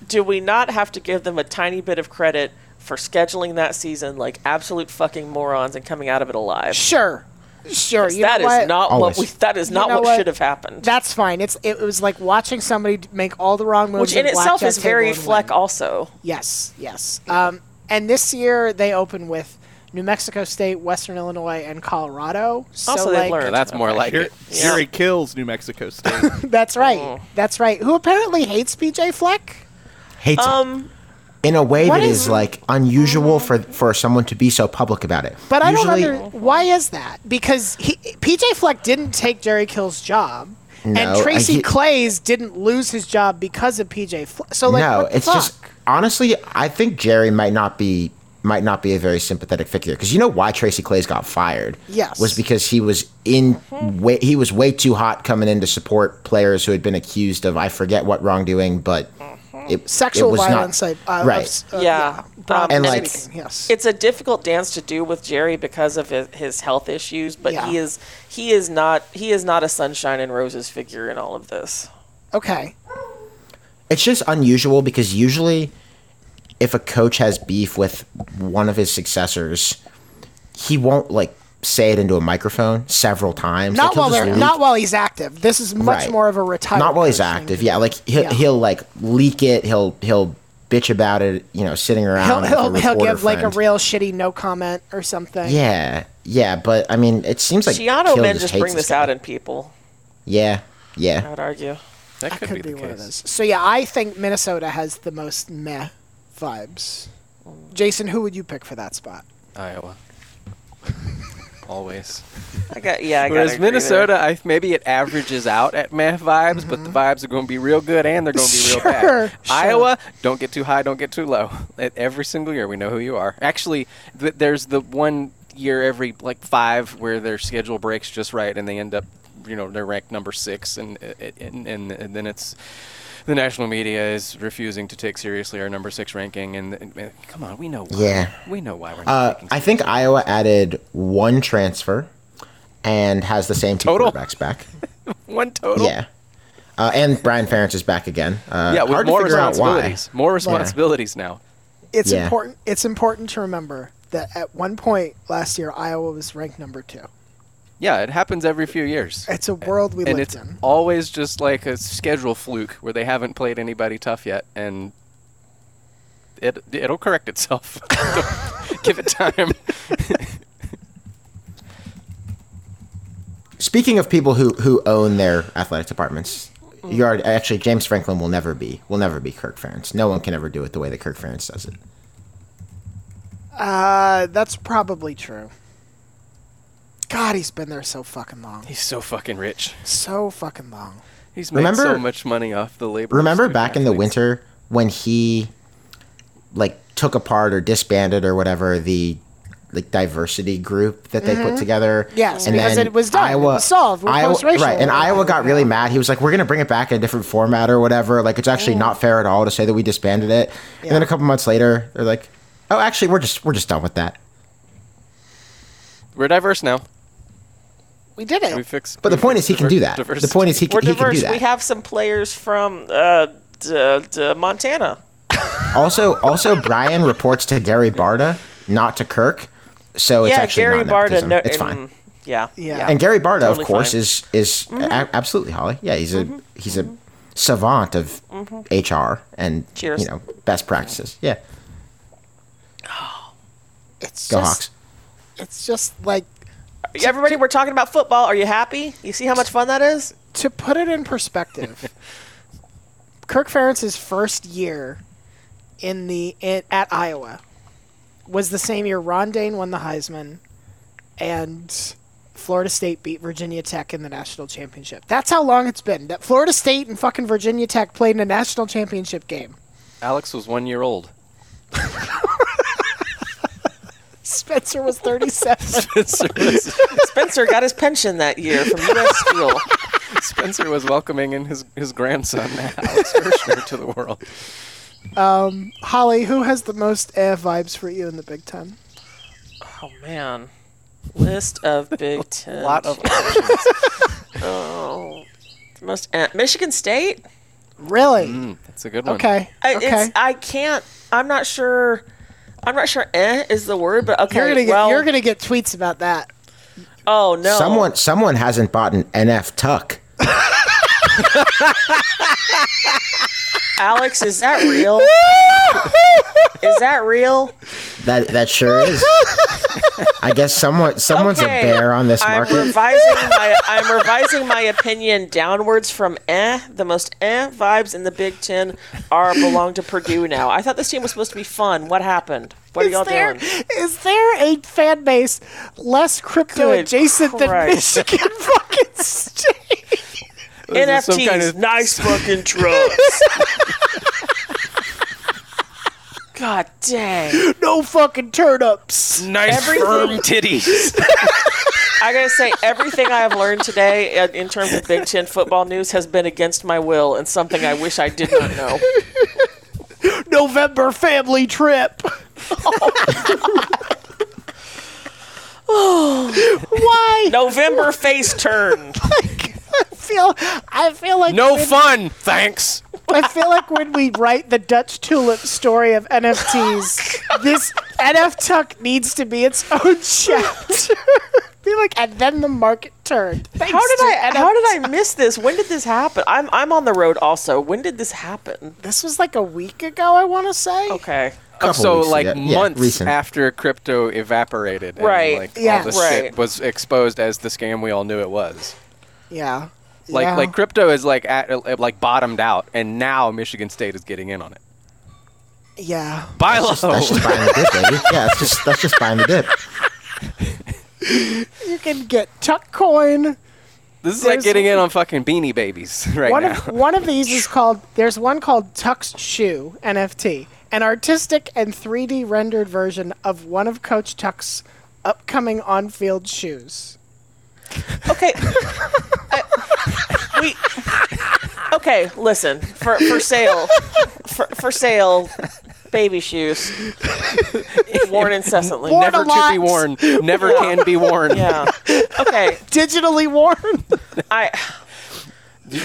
Speaker 3: Do we not have to give them a tiny bit of credit for scheduling that season like absolute fucking morons and coming out of it alive?
Speaker 2: Sure. Sure. You know
Speaker 3: That is
Speaker 2: what?
Speaker 3: not
Speaker 11: Always.
Speaker 3: what we. That is
Speaker 2: You
Speaker 3: not
Speaker 2: know
Speaker 3: what,
Speaker 2: what?
Speaker 3: should have happened.
Speaker 2: That's fine. It's it was like watching somebody d- make all the wrong moves.
Speaker 3: Which in
Speaker 2: at
Speaker 3: itself
Speaker 2: blackjack
Speaker 3: is very
Speaker 2: table and
Speaker 3: Fleck.
Speaker 2: win.
Speaker 3: Also,
Speaker 2: Yes, yes. Um, and this year they open with New Mexico State, Western Illinois, and Colorado. So
Speaker 3: also
Speaker 2: like,
Speaker 3: they've learned.
Speaker 1: that's more like
Speaker 12: Here,
Speaker 1: it.
Speaker 12: here he kills New Mexico State.
Speaker 2: That's right.
Speaker 3: Oh.
Speaker 2: That's right. Who apparently hates PJ Fleck?
Speaker 11: Hates
Speaker 3: Um,
Speaker 11: in a way
Speaker 2: what
Speaker 11: that
Speaker 2: is-
Speaker 11: is, like unusual for for someone to be so public about it.
Speaker 2: But I don't
Speaker 11: Usually-
Speaker 2: under why is that? Because he, PJ Fleck didn't take Jerry Kill's job.
Speaker 11: No, I
Speaker 2: and Tracy
Speaker 11: get-
Speaker 2: Clays didn't lose his job because of PJ Fleck. So like
Speaker 11: no,
Speaker 2: what the
Speaker 11: it's
Speaker 2: fuck?
Speaker 11: just honestly, I think Jerry might not be might not be a very sympathetic figure because you know why Tracy Clays got fired?
Speaker 2: Yes.
Speaker 11: was because he was in way, he was way too hot coming in to support players who had been accused of I forget what wrongdoing, but it,
Speaker 2: sexual
Speaker 11: it was
Speaker 2: violence
Speaker 11: Not,
Speaker 2: I, uh,
Speaker 11: right.
Speaker 2: of- uh,
Speaker 3: yeah,
Speaker 2: broad-
Speaker 3: Um,
Speaker 11: And, like-
Speaker 3: it's,
Speaker 2: yes.
Speaker 3: it's a difficult dance to do with Jerry because of his, his health issues. But
Speaker 2: Yeah.
Speaker 3: he is he is not he is not a sunshine and roses figure in all of this.
Speaker 2: okay.
Speaker 11: it's just unusual because usually if a coach has beef with one of his successors, he won't like say it into a microphone several times.
Speaker 2: Not
Speaker 11: Like, he'll
Speaker 2: while
Speaker 11: just
Speaker 2: they're
Speaker 11: leak-
Speaker 2: not while he's active. This is much
Speaker 11: Right.
Speaker 2: more of a retired.
Speaker 11: Not while he's
Speaker 2: person.
Speaker 11: active. Yeah, like he'll,
Speaker 2: Yeah.
Speaker 11: he'll like leak it. He'll he'll bitch about it. You know, sitting
Speaker 2: He'll
Speaker 11: around.
Speaker 2: he'll,
Speaker 11: with a
Speaker 2: he'll
Speaker 11: reporter
Speaker 2: give like a
Speaker 11: friend.
Speaker 2: real shitty no comment or something.
Speaker 11: Yeah, yeah, but I mean, it seems like
Speaker 3: Shiano
Speaker 11: Kill
Speaker 3: men just
Speaker 11: hates
Speaker 3: bring this
Speaker 11: guy.
Speaker 3: out in people.
Speaker 11: Yeah,
Speaker 3: I
Speaker 11: yeah.
Speaker 3: would argue.
Speaker 1: That
Speaker 2: That
Speaker 1: could, be, the
Speaker 2: one of
Speaker 1: case.
Speaker 2: those. So yeah, I think Minnesota has the most meh vibes. Jason, who would you pick for that spot?
Speaker 1: Iowa. Always.
Speaker 3: I got yeah. I
Speaker 1: Whereas
Speaker 3: gotta agree there.
Speaker 1: Minnesota, I, maybe it averages out at math vibes, but the
Speaker 11: Mm-hmm.
Speaker 1: vibes are going to be real good and they're going to be real bad.
Speaker 2: Sure, sure.
Speaker 1: Iowa, don't get too high, don't get too low. At every single year, we know who you are. Actually, th- there's the one year every like five where their schedule breaks just right and they end up, you know, they're ranked number six, and and and, and then it's. The national media is refusing to take seriously our number six ranking, and, and- and come on, we know why.
Speaker 11: Yeah.
Speaker 1: we know why we're not
Speaker 11: Uh,
Speaker 1: taking
Speaker 11: I think Iowa added one transfer, and has the same two
Speaker 1: Total?
Speaker 11: quarterbacks back.
Speaker 1: one total.
Speaker 11: Yeah. Uh, and Brian Ferentz is back again. Uh,
Speaker 1: yeah, with
Speaker 11: hard
Speaker 1: more
Speaker 11: to figure out why.
Speaker 1: responsibilities. More responsibilities now.
Speaker 2: It's
Speaker 11: Yeah.
Speaker 2: important. It's important to remember that at one point last year, Iowa was ranked number two.
Speaker 1: Yeah, it happens every few years.
Speaker 2: It's a world we
Speaker 1: and
Speaker 2: lived
Speaker 1: it's
Speaker 2: in.
Speaker 1: always just like a schedule fluke where they haven't played anybody tough yet and it it'll correct itself. Give it time.
Speaker 11: Speaking of people who, who own their athletic departments, you are actually James Franklin will never be will never be Kirk Ferentz. No one can ever do it the way that Kirk Ferentz does it.
Speaker 2: Uh, that's probably true. God, he's been there so fucking long.
Speaker 1: He's so fucking rich.
Speaker 2: So fucking long.
Speaker 1: He's made so
Speaker 11: Remember-
Speaker 1: much money off the labor. of
Speaker 11: Remember
Speaker 1: student
Speaker 11: back in the
Speaker 1: athletes.
Speaker 11: winter when he like took apart or disbanded or whatever the like diversity group that they put together.
Speaker 2: Yes, because it was done. It
Speaker 11: Iowa
Speaker 2: was solved. We're
Speaker 11: Iowa,
Speaker 2: post-racial.
Speaker 11: right, and Iowa got really mad. He was like, "We're going to bring it back in a different format or whatever. Like, it's actually not fair at all to say that we disbanded it." And then a couple months later, they're like, "Oh, actually, we're just we're just done with that."
Speaker 1: We're diverse now.
Speaker 2: We did it.
Speaker 1: We fix
Speaker 11: But the
Speaker 1: we
Speaker 11: point
Speaker 1: fix
Speaker 11: is, he can
Speaker 1: diver-
Speaker 11: do that. The
Speaker 1: diversity.
Speaker 11: point is, he
Speaker 3: We're
Speaker 11: can, he can
Speaker 3: diverse.
Speaker 11: do that.
Speaker 3: We have some players from uh, d- d- Montana.
Speaker 11: also, also, Brian reports to Gary Barta, not to Kirk. So it's
Speaker 3: yeah,
Speaker 11: actually
Speaker 3: Gary
Speaker 11: not nepotism.
Speaker 3: Barta. No,
Speaker 11: it's fine.
Speaker 3: and- Yeah.
Speaker 2: Yeah.
Speaker 10: And Gary Barta,
Speaker 3: Totally
Speaker 10: of course,
Speaker 3: fine. Mm-hmm.
Speaker 10: is is a- absolutely Holly. Yeah, he's a he's a savant of HR and
Speaker 3: Mm-hmm. Cheers.
Speaker 10: you know best practices. Yeah,
Speaker 2: It's
Speaker 10: go
Speaker 2: just,
Speaker 10: Hawks.
Speaker 2: It's just like
Speaker 3: Yeah, Everybody, we're talking about football. Are you happy? You see how much fun that is?
Speaker 2: to put it in perspective, Kirk Ferentz's first year in the in, at Iowa was the same year Ron Dane won the Heisman and Florida State beat Virginia Tech in the national championship. That's how long it's been that Florida State and fucking Virginia Tech played in a national championship game.
Speaker 9: Alex was one year old.
Speaker 2: Spencer was 37.
Speaker 9: Spencer was,
Speaker 3: Spencer got his pension that year from U.S. Steel.
Speaker 9: Spencer was welcoming in his, his grandson, Alex Kirshner, to the world.
Speaker 2: Holly, who has the most eh vibes for you in the Big Ten?
Speaker 3: Oh man, list of Big Ten. A lot of options. oh, the most eh, Michigan State.
Speaker 2: Really?
Speaker 9: That's a good one.
Speaker 2: Okay.
Speaker 3: I,
Speaker 2: okay.
Speaker 3: Uh, it's, I can't. I'm not sure. I'm not sure. Eh is the word, but okay.
Speaker 2: You're gonna get
Speaker 3: well,
Speaker 2: you're gonna get tweets about that.
Speaker 3: Oh no.
Speaker 10: Someone someone hasn't bought an NF Tuck.
Speaker 3: Alex, is that real? is that real?
Speaker 10: That that sure is. I guess someone someone's
Speaker 3: Okay.
Speaker 10: a bear on this
Speaker 3: I'm
Speaker 10: market.
Speaker 3: revising my I'm revising my opinion downwards from eh. The most eh vibes in the Big Ten are belong to Purdue now. I thought this team was supposed to be fun. What happened? What are y'all
Speaker 2: Is there,
Speaker 3: doing?
Speaker 2: is there a fan base less crypto
Speaker 3: Good
Speaker 2: adjacent than
Speaker 3: Christ.
Speaker 2: Michigan fucking State?
Speaker 9: This is some
Speaker 3: NFTs,
Speaker 9: kind of-
Speaker 3: nice fucking drugs. God dang.
Speaker 2: No fucking turnips.
Speaker 9: Nice firm titties.
Speaker 3: I gotta say, everything I have learned today uh, in terms of Big Ten football news has been against my will and something I wish I did not know.
Speaker 2: November family trip. Why?
Speaker 3: November face turn.
Speaker 2: Like, I feel. I feel like
Speaker 9: No
Speaker 2: when-
Speaker 9: fun, thanks.
Speaker 2: I feel like when we write the Dutch tulip story of
Speaker 3: Oh,
Speaker 2: NFTs, this NF Tuck needs to be its own chapter. be like, and then the market turned. Thanks
Speaker 3: How did
Speaker 2: to
Speaker 3: I?
Speaker 2: NF
Speaker 3: How did I miss this? When did this happen? I'm I'm on the road also. When did this happen?
Speaker 2: This was like a week ago, I want to say.
Speaker 3: Okay.
Speaker 10: Couple
Speaker 9: so
Speaker 10: weeks
Speaker 9: like
Speaker 10: ago. Yeah,
Speaker 9: months
Speaker 10: recent.
Speaker 9: after crypto evaporated, and,
Speaker 3: Right.
Speaker 9: Like,
Speaker 2: Yeah.
Speaker 9: all this
Speaker 3: Right.
Speaker 9: shit was exposed as the scam we all knew it was.
Speaker 2: Yeah.
Speaker 9: Like
Speaker 2: Yeah.
Speaker 9: like crypto is like at, uh, like bottomed out, and now Michigan State is getting in on it.
Speaker 2: Yeah.
Speaker 9: Buy low.
Speaker 10: That's just buying the dip, baby. Yeah, that's just that's just buying the dip.
Speaker 2: You can get Tuck Coin.
Speaker 9: this is like
Speaker 2: there's-
Speaker 9: getting in on fucking beanie babies right
Speaker 2: one
Speaker 9: now.
Speaker 2: of one of these is called there's one called Tuck's Shoe NFT, an artistic and 3D rendered version of one of Coach Tuck's upcoming on-field shoes.
Speaker 3: Okay. I- we. Okay. Listen for for sale, for for sale, baby shoes, worn incessantly.
Speaker 2: Worn
Speaker 9: never to be
Speaker 2: lots.
Speaker 9: worn. Never can be worn.
Speaker 3: Yeah. Okay.
Speaker 2: Digitally worn.
Speaker 3: I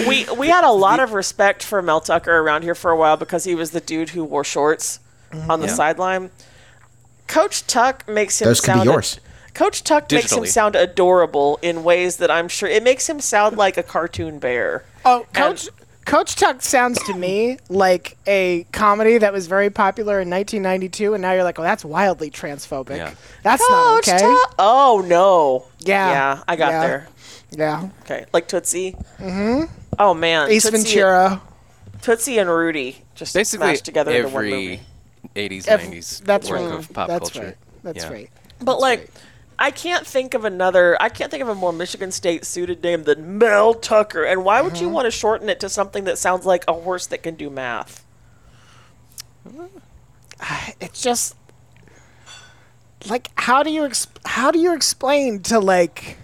Speaker 3: we we had a lot of respect for Mel Tucker around here for a while because he was the dude who wore shorts on the sideline. Coach Tuck makes him
Speaker 10: Those could be
Speaker 3: sound
Speaker 10: yours.
Speaker 3: Coach Tuck makes him
Speaker 9: Digitally.
Speaker 3: sound adorable in ways that I'm sure it makes him sound like a cartoon bear.
Speaker 2: Oh, Coach Coach Tuck sounds to me like a comedy that was very popular in 1992, and now you're like, "Oh, that's wildly transphobic.
Speaker 9: Yeah.
Speaker 2: That's
Speaker 3: Coach
Speaker 2: not okay."
Speaker 3: Tuck. Oh no.
Speaker 2: Yeah.
Speaker 3: Yeah, I got
Speaker 2: Yeah.
Speaker 3: there.
Speaker 2: Yeah,
Speaker 3: Okay. Like Tootsie. Mm-hmm. Oh man.
Speaker 2: Ace
Speaker 3: Tootsie-
Speaker 2: Ventura.
Speaker 3: Tootsie and Rudy just
Speaker 9: Basically
Speaker 3: smashed together into one movie.
Speaker 9: every. 80s,
Speaker 2: Ev-
Speaker 9: 90s
Speaker 2: that's
Speaker 9: work
Speaker 2: right.
Speaker 9: of pop
Speaker 2: that's
Speaker 9: culture.
Speaker 2: right. That's
Speaker 9: Yeah.
Speaker 2: right.
Speaker 3: But like, I can't think of another. I can't think of a more Michigan State suited name than Mel Tucker. And why would you
Speaker 2: Mm-hmm.
Speaker 3: want to shorten it to something that sounds like a horse that can do math?
Speaker 2: It's just like how do you ex- how do you explain to like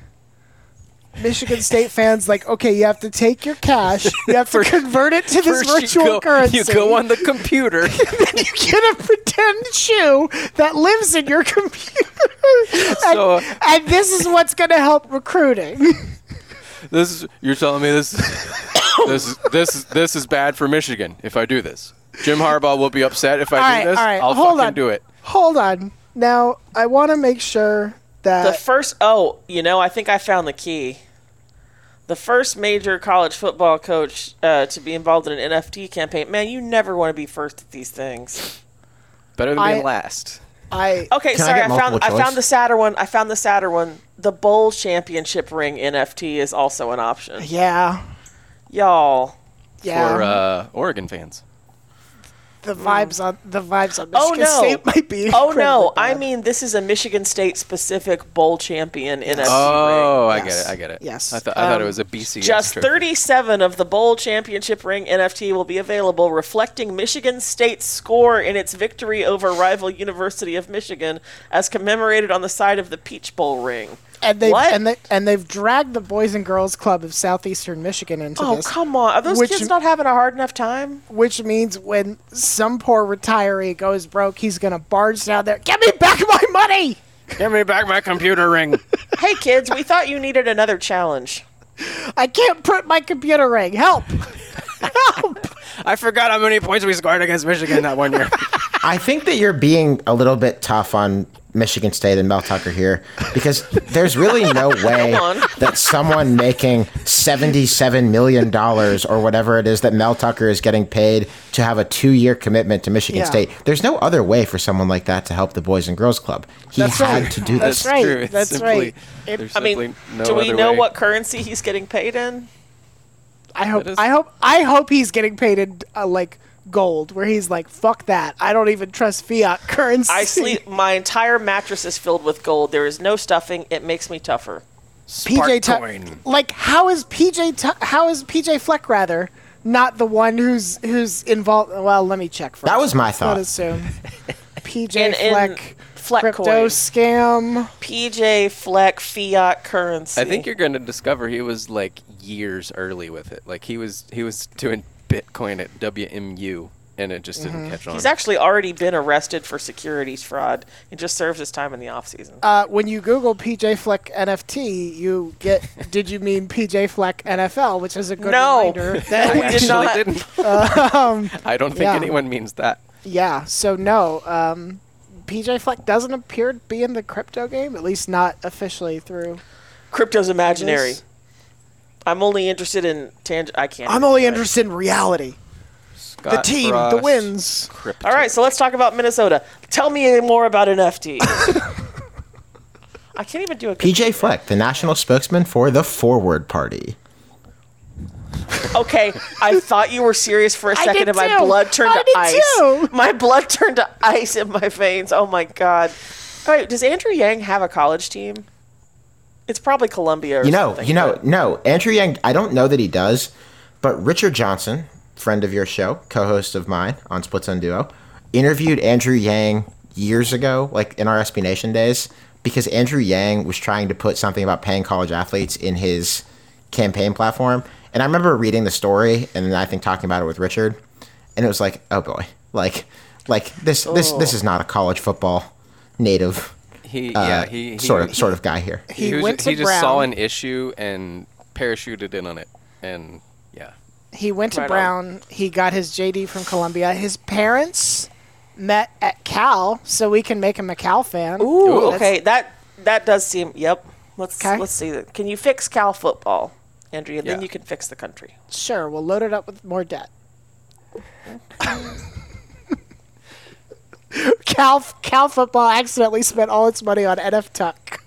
Speaker 2: Michigan State fans like okay you have to take your cash you have to convert it to this
Speaker 9: First
Speaker 2: virtual
Speaker 9: you go,
Speaker 2: currency
Speaker 9: You go on the computer.
Speaker 2: you get a pretend shoe that lives in your computer and,
Speaker 9: So- uh,
Speaker 2: and this is what's going to help recruiting
Speaker 9: This is, you're telling me this this is- this is, this is bad for Michigan if I do this. Jim Harbaugh will be upset if I
Speaker 2: All
Speaker 9: do
Speaker 2: right,
Speaker 9: this.
Speaker 2: all right,
Speaker 9: I'll
Speaker 2: hold
Speaker 9: fucking
Speaker 2: on.
Speaker 9: do it.
Speaker 2: hold on now I want to make sure that
Speaker 3: The first, oh, you know, I think I found the key. The first major college football coach uh, to be involved in an NFT campaign. Man, you never want to be first at these things.
Speaker 1: Better than being
Speaker 2: I-
Speaker 1: last.
Speaker 2: I
Speaker 3: Okay,
Speaker 6: Can I
Speaker 3: sorry,
Speaker 6: get
Speaker 3: I, found
Speaker 6: multiple
Speaker 3: I
Speaker 6: choice?
Speaker 3: found the sadder one. I found the sadder one. The bowl championship ring NFT is also an option.
Speaker 2: yeah
Speaker 3: Y'all,
Speaker 2: yeah
Speaker 1: Or uh, Oregon fans.
Speaker 2: the vibes on the vibes on
Speaker 3: Mm. Oh,
Speaker 2: Michigan
Speaker 3: no.
Speaker 2: State might be
Speaker 3: Oh no,
Speaker 2: incredibly
Speaker 3: I
Speaker 2: bad.
Speaker 3: mean this is a Michigan State specific bowl champion in a
Speaker 1: Oh, I
Speaker 2: Yes.
Speaker 1: get it. I get it.
Speaker 2: Yes.
Speaker 1: I, thought I thought it
Speaker 2: Um,
Speaker 1: was a BC.
Speaker 3: Just 37 of the bowl championship ring NFT will be available, reflecting Michigan State's score in its victory over rival University of Michigan, as commemorated on the side of the Peach Bowl ring.
Speaker 2: and they
Speaker 3: What?
Speaker 2: and they and they've dragged the Boys and Girls Club of Southeastern Michigan into
Speaker 3: oh
Speaker 2: this,
Speaker 3: come on! Are those
Speaker 2: Which-
Speaker 3: kids not having a hard enough time?
Speaker 2: which means when some poor retiree goes broke, he's gonna barge down there. Give me back my money.
Speaker 1: Give me back my computer ring.
Speaker 3: hey kids, we thought you needed another challenge.
Speaker 2: I can't print my computer ring. Help!
Speaker 1: I forgot how many points we scored against Michigan that one year.
Speaker 6: I think that you're being a little bit tough on Michigan State and Mel Tucker here because there's really no way
Speaker 3: on.
Speaker 6: that someone making $77 million or whatever it is that Mel Tucker is getting paid to have a two year commitment to Michigan
Speaker 2: Yeah.
Speaker 6: State, there's no other way for someone like that to help the Boys and Girls Club. He
Speaker 2: That's
Speaker 6: had
Speaker 2: right.
Speaker 6: to do
Speaker 2: That's
Speaker 6: this.
Speaker 2: right.
Speaker 1: True, it's
Speaker 2: That's
Speaker 1: simply-
Speaker 2: right. It-
Speaker 1: there's
Speaker 3: I mean,
Speaker 1: simply no
Speaker 3: do we
Speaker 1: other
Speaker 3: know
Speaker 1: way.
Speaker 3: what currency he's getting paid in?
Speaker 2: I hope.
Speaker 1: That is-
Speaker 2: I hope. I hope he's getting paid in uh, like gold, where he's like, "Fuck that! I don't even trust fiat currency."
Speaker 3: I sleep. My entire mattress is filled with gold. There is no stuffing. It makes me tougher.
Speaker 2: PJ Tuck-
Speaker 1: Sparkcoin.
Speaker 2: Like how is PJ Tu- how is PJ Fleck rather not the one who's who's involved? Well, let me check first.
Speaker 6: That was my
Speaker 2: Not
Speaker 6: thought.
Speaker 2: assume. PJ
Speaker 3: In- in
Speaker 2: Fleck,
Speaker 3: Fleck
Speaker 2: crypto
Speaker 3: coin.
Speaker 2: scam.
Speaker 3: PJ Fleck fiat currency.
Speaker 1: I think you're going to discover he was like years early with it. Like he was he was doing Bitcoin at WMU and it just
Speaker 2: Mm-hmm.
Speaker 1: didn't catch on.
Speaker 3: He's actually already been arrested for securities fraud and just serves his time in the off season.
Speaker 2: Uh, when you Google PJ Fleck NFT, you get. did you mean PJ Fleck NFL, which is a good
Speaker 3: No.
Speaker 2: reminder.
Speaker 3: I
Speaker 2: That,
Speaker 3: did not-
Speaker 1: didn't. I don't think
Speaker 2: Um, yeah.
Speaker 1: anyone means that.
Speaker 2: yeah. So no. Um, PJ Fleck doesn't appear to be in the crypto game, at least not officially through.
Speaker 3: Crypto's imaginary.
Speaker 2: This-
Speaker 3: I'm only interested in tang. I can't.
Speaker 2: I'm
Speaker 3: even
Speaker 2: only
Speaker 3: do it.
Speaker 2: interested in reality.
Speaker 1: Scott
Speaker 2: the team, the
Speaker 1: Frost,
Speaker 2: wins.
Speaker 1: Crypto.
Speaker 3: All right, so let's talk about Minnesota. Tell me more about an FT. I can't even do a good-
Speaker 6: PJ Fleck, the national spokesman for the Forward Party.
Speaker 3: Okay, I thought you were serious for a
Speaker 2: I
Speaker 3: second,
Speaker 2: did
Speaker 3: and my
Speaker 2: too.
Speaker 3: blood turned
Speaker 2: I
Speaker 3: to
Speaker 2: did
Speaker 3: ice.
Speaker 2: too.
Speaker 3: My blood turned to ice in my veins. Oh my god! All right, does Andrew Yang have a college team? It's probably Columbia. Or
Speaker 6: You know,
Speaker 3: something,
Speaker 6: you know,
Speaker 3: but-
Speaker 6: no. Andrew Yang, I don't know that he does, but Richard Johnson, friend of your show, co-host of mine on Splits on Duo, interviewed Andrew Yang years ago, like in our SB Nation days, because Andrew Yang was trying to put something about paying college athletes in his campaign platform. And I remember reading the story and I think talking about it with Richard, and it was like, oh boy, like, like this, this, this is not a college football native,
Speaker 1: He
Speaker 6: uh,
Speaker 1: yeah, he, he
Speaker 6: sort of, sort of guy here.
Speaker 1: He,
Speaker 2: He
Speaker 1: was-
Speaker 2: went to
Speaker 1: he just saw an
Speaker 2: Brown.
Speaker 1: issue and parachuted in on it. And yeah.
Speaker 2: He went to
Speaker 3: Right on.
Speaker 2: Brown. He got his JD from Columbia. His parents met at Cal, so we can make him a Cal fan.
Speaker 3: Ooh,
Speaker 2: That's-
Speaker 3: okay. That that does seem. Yep. Let's
Speaker 2: 'Kay.
Speaker 3: let's see. that. Can you fix Cal football, Andrea? Then
Speaker 1: Yeah.
Speaker 3: you can fix the country.
Speaker 2: Sure, we'll load it up with more debt. Cal Cal football accidentally spent all its money on NF Tuck.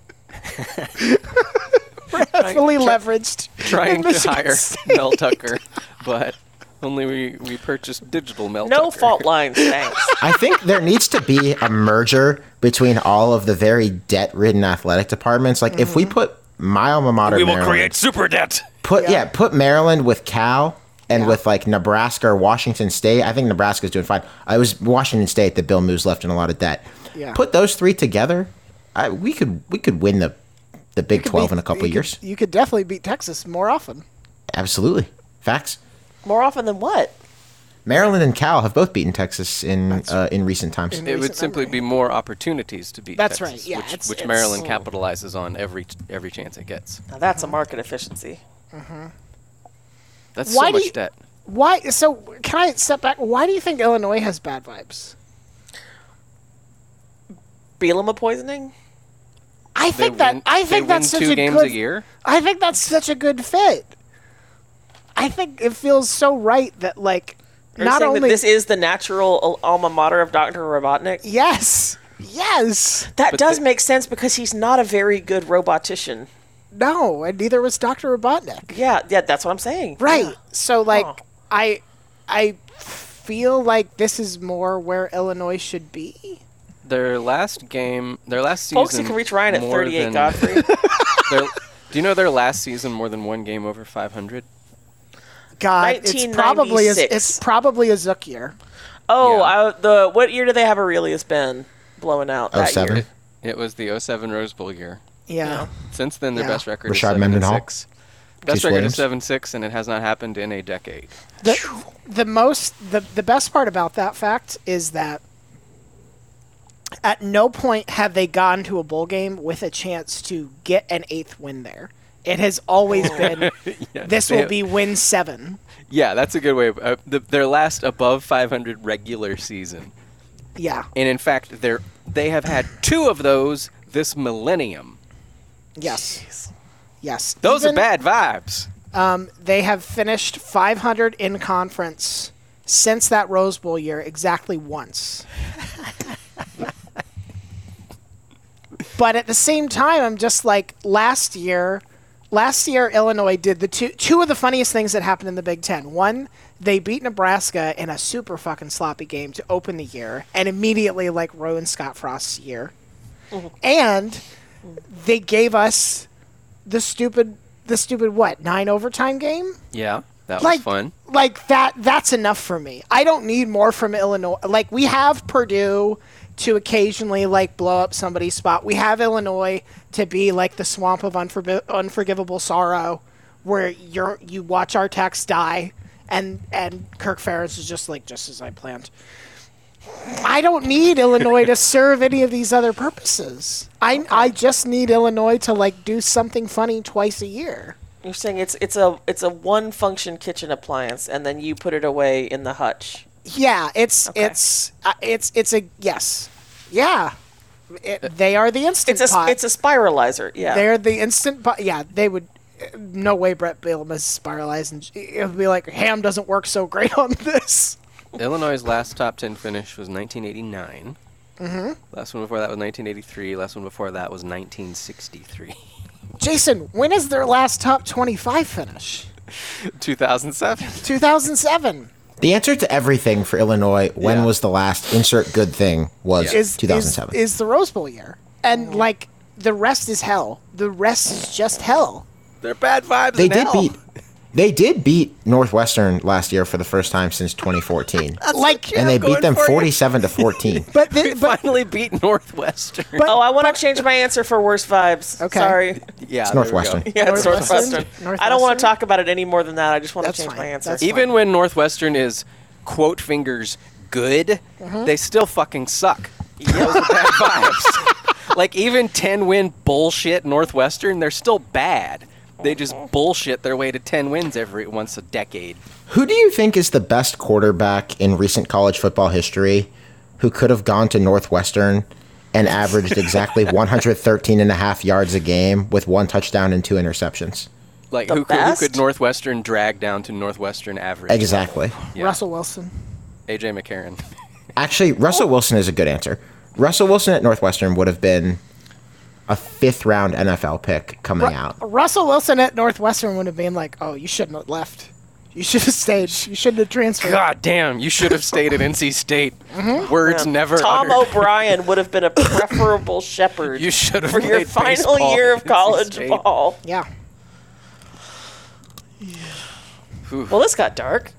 Speaker 2: We're heavily leveraged. in
Speaker 1: Trying to
Speaker 2: Michigan
Speaker 1: hire
Speaker 2: State.
Speaker 1: Mel Tucker, but only we, we purchased digital Mel Tucker.
Speaker 3: No fault lines, thanks.
Speaker 6: I think there needs to be a merger between all of the very debt-ridden athletic departments. Like if we
Speaker 3: Mm-hmm.
Speaker 6: put my alma mater, we Maryland,
Speaker 13: super debt.
Speaker 6: Put yeah. put Maryland with Cal and with like Nebraska or Washington State. I think Nebraska's doing fine. I was Washington State that Bill Moose left in a lot of debt.
Speaker 2: Yeah.
Speaker 6: Put those three together, I, we could we could win the the Big
Speaker 2: Could
Speaker 6: Twelve
Speaker 2: beat-
Speaker 6: in a couple
Speaker 2: you
Speaker 6: years.
Speaker 2: Could, you could definitely beat Texas more often.
Speaker 6: Absolutely, facts.
Speaker 3: More often than what?
Speaker 6: Maryland and Cal have both beaten Texas in uh, in recent times.
Speaker 2: in
Speaker 1: It would
Speaker 2: recent
Speaker 1: simply
Speaker 2: memory.
Speaker 1: be more opportunities to beat
Speaker 2: That's
Speaker 1: Texas,
Speaker 2: right, yeah,
Speaker 1: which,
Speaker 2: it's-
Speaker 1: which
Speaker 2: it's-
Speaker 1: Maryland capitalizes on every every chance it gets.
Speaker 3: Now that's a market efficiency.
Speaker 1: That's
Speaker 2: Why
Speaker 1: so
Speaker 2: do
Speaker 1: much
Speaker 2: you-
Speaker 1: debt.
Speaker 2: Why? So can I step back? Why do you think Illinois has bad vibes?
Speaker 3: Bielema poisoning.
Speaker 2: I
Speaker 1: They
Speaker 2: think that
Speaker 1: win-
Speaker 2: I
Speaker 1: they
Speaker 2: think that's
Speaker 1: win
Speaker 2: such
Speaker 1: two
Speaker 2: a
Speaker 1: games
Speaker 2: good,
Speaker 1: a year?
Speaker 2: I think that's such a good fit. I think it feels so right that like
Speaker 3: Are you
Speaker 2: not
Speaker 3: saying that
Speaker 2: only
Speaker 3: this is the natural al- alma mater of Doctor Robotnik.
Speaker 2: yes, yes,
Speaker 3: That does make sense because he's not a very good robotician.
Speaker 2: no, and neither was Doctor Robotnik.
Speaker 3: Yeah, yeah, that's what I'm saying.
Speaker 2: Right. So like
Speaker 3: Huh.
Speaker 2: I I feel like this is more where Illinois should be.
Speaker 1: Their last game, their last season.
Speaker 3: Folks, you can reach Ryan at
Speaker 1: more
Speaker 3: 38
Speaker 1: than-
Speaker 3: Godfrey.
Speaker 1: their- do you know their last season more than one game over 500?
Speaker 2: God, it's probably a,
Speaker 3: 1996.
Speaker 2: it's probably a Zook year.
Speaker 3: Oh,
Speaker 1: Yeah.
Speaker 3: I, the what year do they have Aurelius Ben blowing out? Uh,
Speaker 6: Oh
Speaker 3: that
Speaker 6: seven.
Speaker 3: year?
Speaker 1: It was the 07 Rose Bowl year.
Speaker 2: Yeah.
Speaker 1: Since then, their
Speaker 2: Yeah.
Speaker 1: best record
Speaker 6: Rashad
Speaker 1: is 7 and
Speaker 6: Mendenhall.
Speaker 1: 6. Best
Speaker 6: Keith
Speaker 1: record
Speaker 6: Williams.
Speaker 1: is 7 6, and it has not happened in a decade.
Speaker 2: The, the most the, the best part about that fact is that at no point have they gone to a bowl game with a chance to get an eighth win there. It has always been this will
Speaker 1: They-
Speaker 2: be win seven.
Speaker 1: Yeah, that's a good way. Of, uh, the, their last above 500 regular season,
Speaker 2: Yeah.
Speaker 1: and in fact, they they have had two of those this millennium.
Speaker 2: Yes. Yes.
Speaker 1: Those
Speaker 2: Even-
Speaker 1: are bad vibes.
Speaker 2: Um, they have finished 500 in conference since that Rose Bowl year exactly once. but at the same time, I'm just like last year. Last year, Illinois did the two two of the funniest things that happened in the Big Ten. One, they beat Nebraska in a super fucking sloppy game to open the year, and immediately like ruined Scott Frost's year. And they gave us the stupid the stupid what nine overtime game
Speaker 1: Yeah, that
Speaker 2: like
Speaker 1: was fun.
Speaker 2: like that that's enough for me i don't need more from illinois like we have purdue to occasionally like blow up somebody's spot we have illinois to be like the swamp of unforbi- unforgivable sorrow where you're you watch our tax die and and kirk ferris is just like just as i planned I don't need Illinois to serve any of these other purposes. I, I just need Illinois to like do something funny twice a year.
Speaker 3: You're saying it's it's a it's a one function kitchen appliance, and then you put it away in the hutch.
Speaker 2: Yeah, it's it's uh, it's it's a yes. Yeah, It- they are the instant
Speaker 3: It's a
Speaker 2: pot.
Speaker 3: it's a spiralizer. Yeah.
Speaker 2: They're the instant pot. Yeah, they would. No way, Brett Bielema is spiralized, and it would be like Ham doesn't work so great on this.
Speaker 1: Illinois' last top ten finish was 1989. Mm-hmm. Last one before that was 1983. Last one before that was 1963.
Speaker 2: Jason, when is their last top twenty-five finish?
Speaker 1: 2007.
Speaker 2: Two thousand seven.
Speaker 6: The answer to everything for Illinois, when
Speaker 1: Yeah.
Speaker 6: was the last insert good thing, was
Speaker 2: Is
Speaker 6: 2007.
Speaker 2: is, is the Rose Bowl year, and like the rest is hell. The rest is just hell.
Speaker 1: They're bad vibes.
Speaker 6: they
Speaker 1: in
Speaker 6: did
Speaker 1: hell.
Speaker 6: beat they did beat Northwestern last year for the first time since 2014.
Speaker 2: like,
Speaker 6: and they
Speaker 1: I'm
Speaker 6: beat
Speaker 1: going
Speaker 6: them
Speaker 1: for you.
Speaker 6: 47 to 14.
Speaker 2: but the, but
Speaker 1: Finally beat Northwestern.
Speaker 3: oh, I want to change my answer for worse vibes.
Speaker 2: Okay.
Speaker 3: Sorry.
Speaker 1: yeah, there we go.
Speaker 6: Northwestern.
Speaker 3: Yeah, it's
Speaker 2: Northwestern?
Speaker 3: Northwestern. I don't want
Speaker 2: Northwestern?
Speaker 3: to talk about it any more than that. I just want
Speaker 2: That's
Speaker 3: to change
Speaker 2: fine.
Speaker 3: my answer.
Speaker 2: That's-
Speaker 1: Even when Northwestern is quote fingers good, they still fucking suck. Mm-hmm. Those are bad vibes. like even ten win bullshit Northwestern, they're still bad. They just bullshit their way to ten wins every once a decade.
Speaker 6: Who do you think is the best quarterback in recent college football history who could have gone to Northwestern and averaged exactly 113 and a half yards a game with one touchdown and two interceptions?
Speaker 1: Like
Speaker 3: The
Speaker 1: who, could, who
Speaker 3: best?
Speaker 1: could Northwestern drag down to Northwestern average?
Speaker 6: Exactly.
Speaker 1: Yeah.
Speaker 2: Russell Wilson.
Speaker 1: AJ McCarron.
Speaker 6: Actually, Russell Wilson is a good answer. Russell Wilson at Northwestern would have been a fifth round NFL pick coming out.
Speaker 2: Russell Wilson at Northwestern would have been like, "Oh, you shouldn't have left. You should have stayed. You shouldn't have transferred."
Speaker 1: God damn, you should have stayed at NC State. Words never
Speaker 3: Tom
Speaker 1: uttered.
Speaker 3: O'Brien would have been a preferable shepherd
Speaker 1: You should have
Speaker 3: for your
Speaker 1: played
Speaker 3: final
Speaker 1: baseball
Speaker 3: year
Speaker 1: at
Speaker 3: of
Speaker 1: NC
Speaker 3: college
Speaker 1: State.
Speaker 3: ball.
Speaker 2: Yeah.
Speaker 3: Well, this got dark.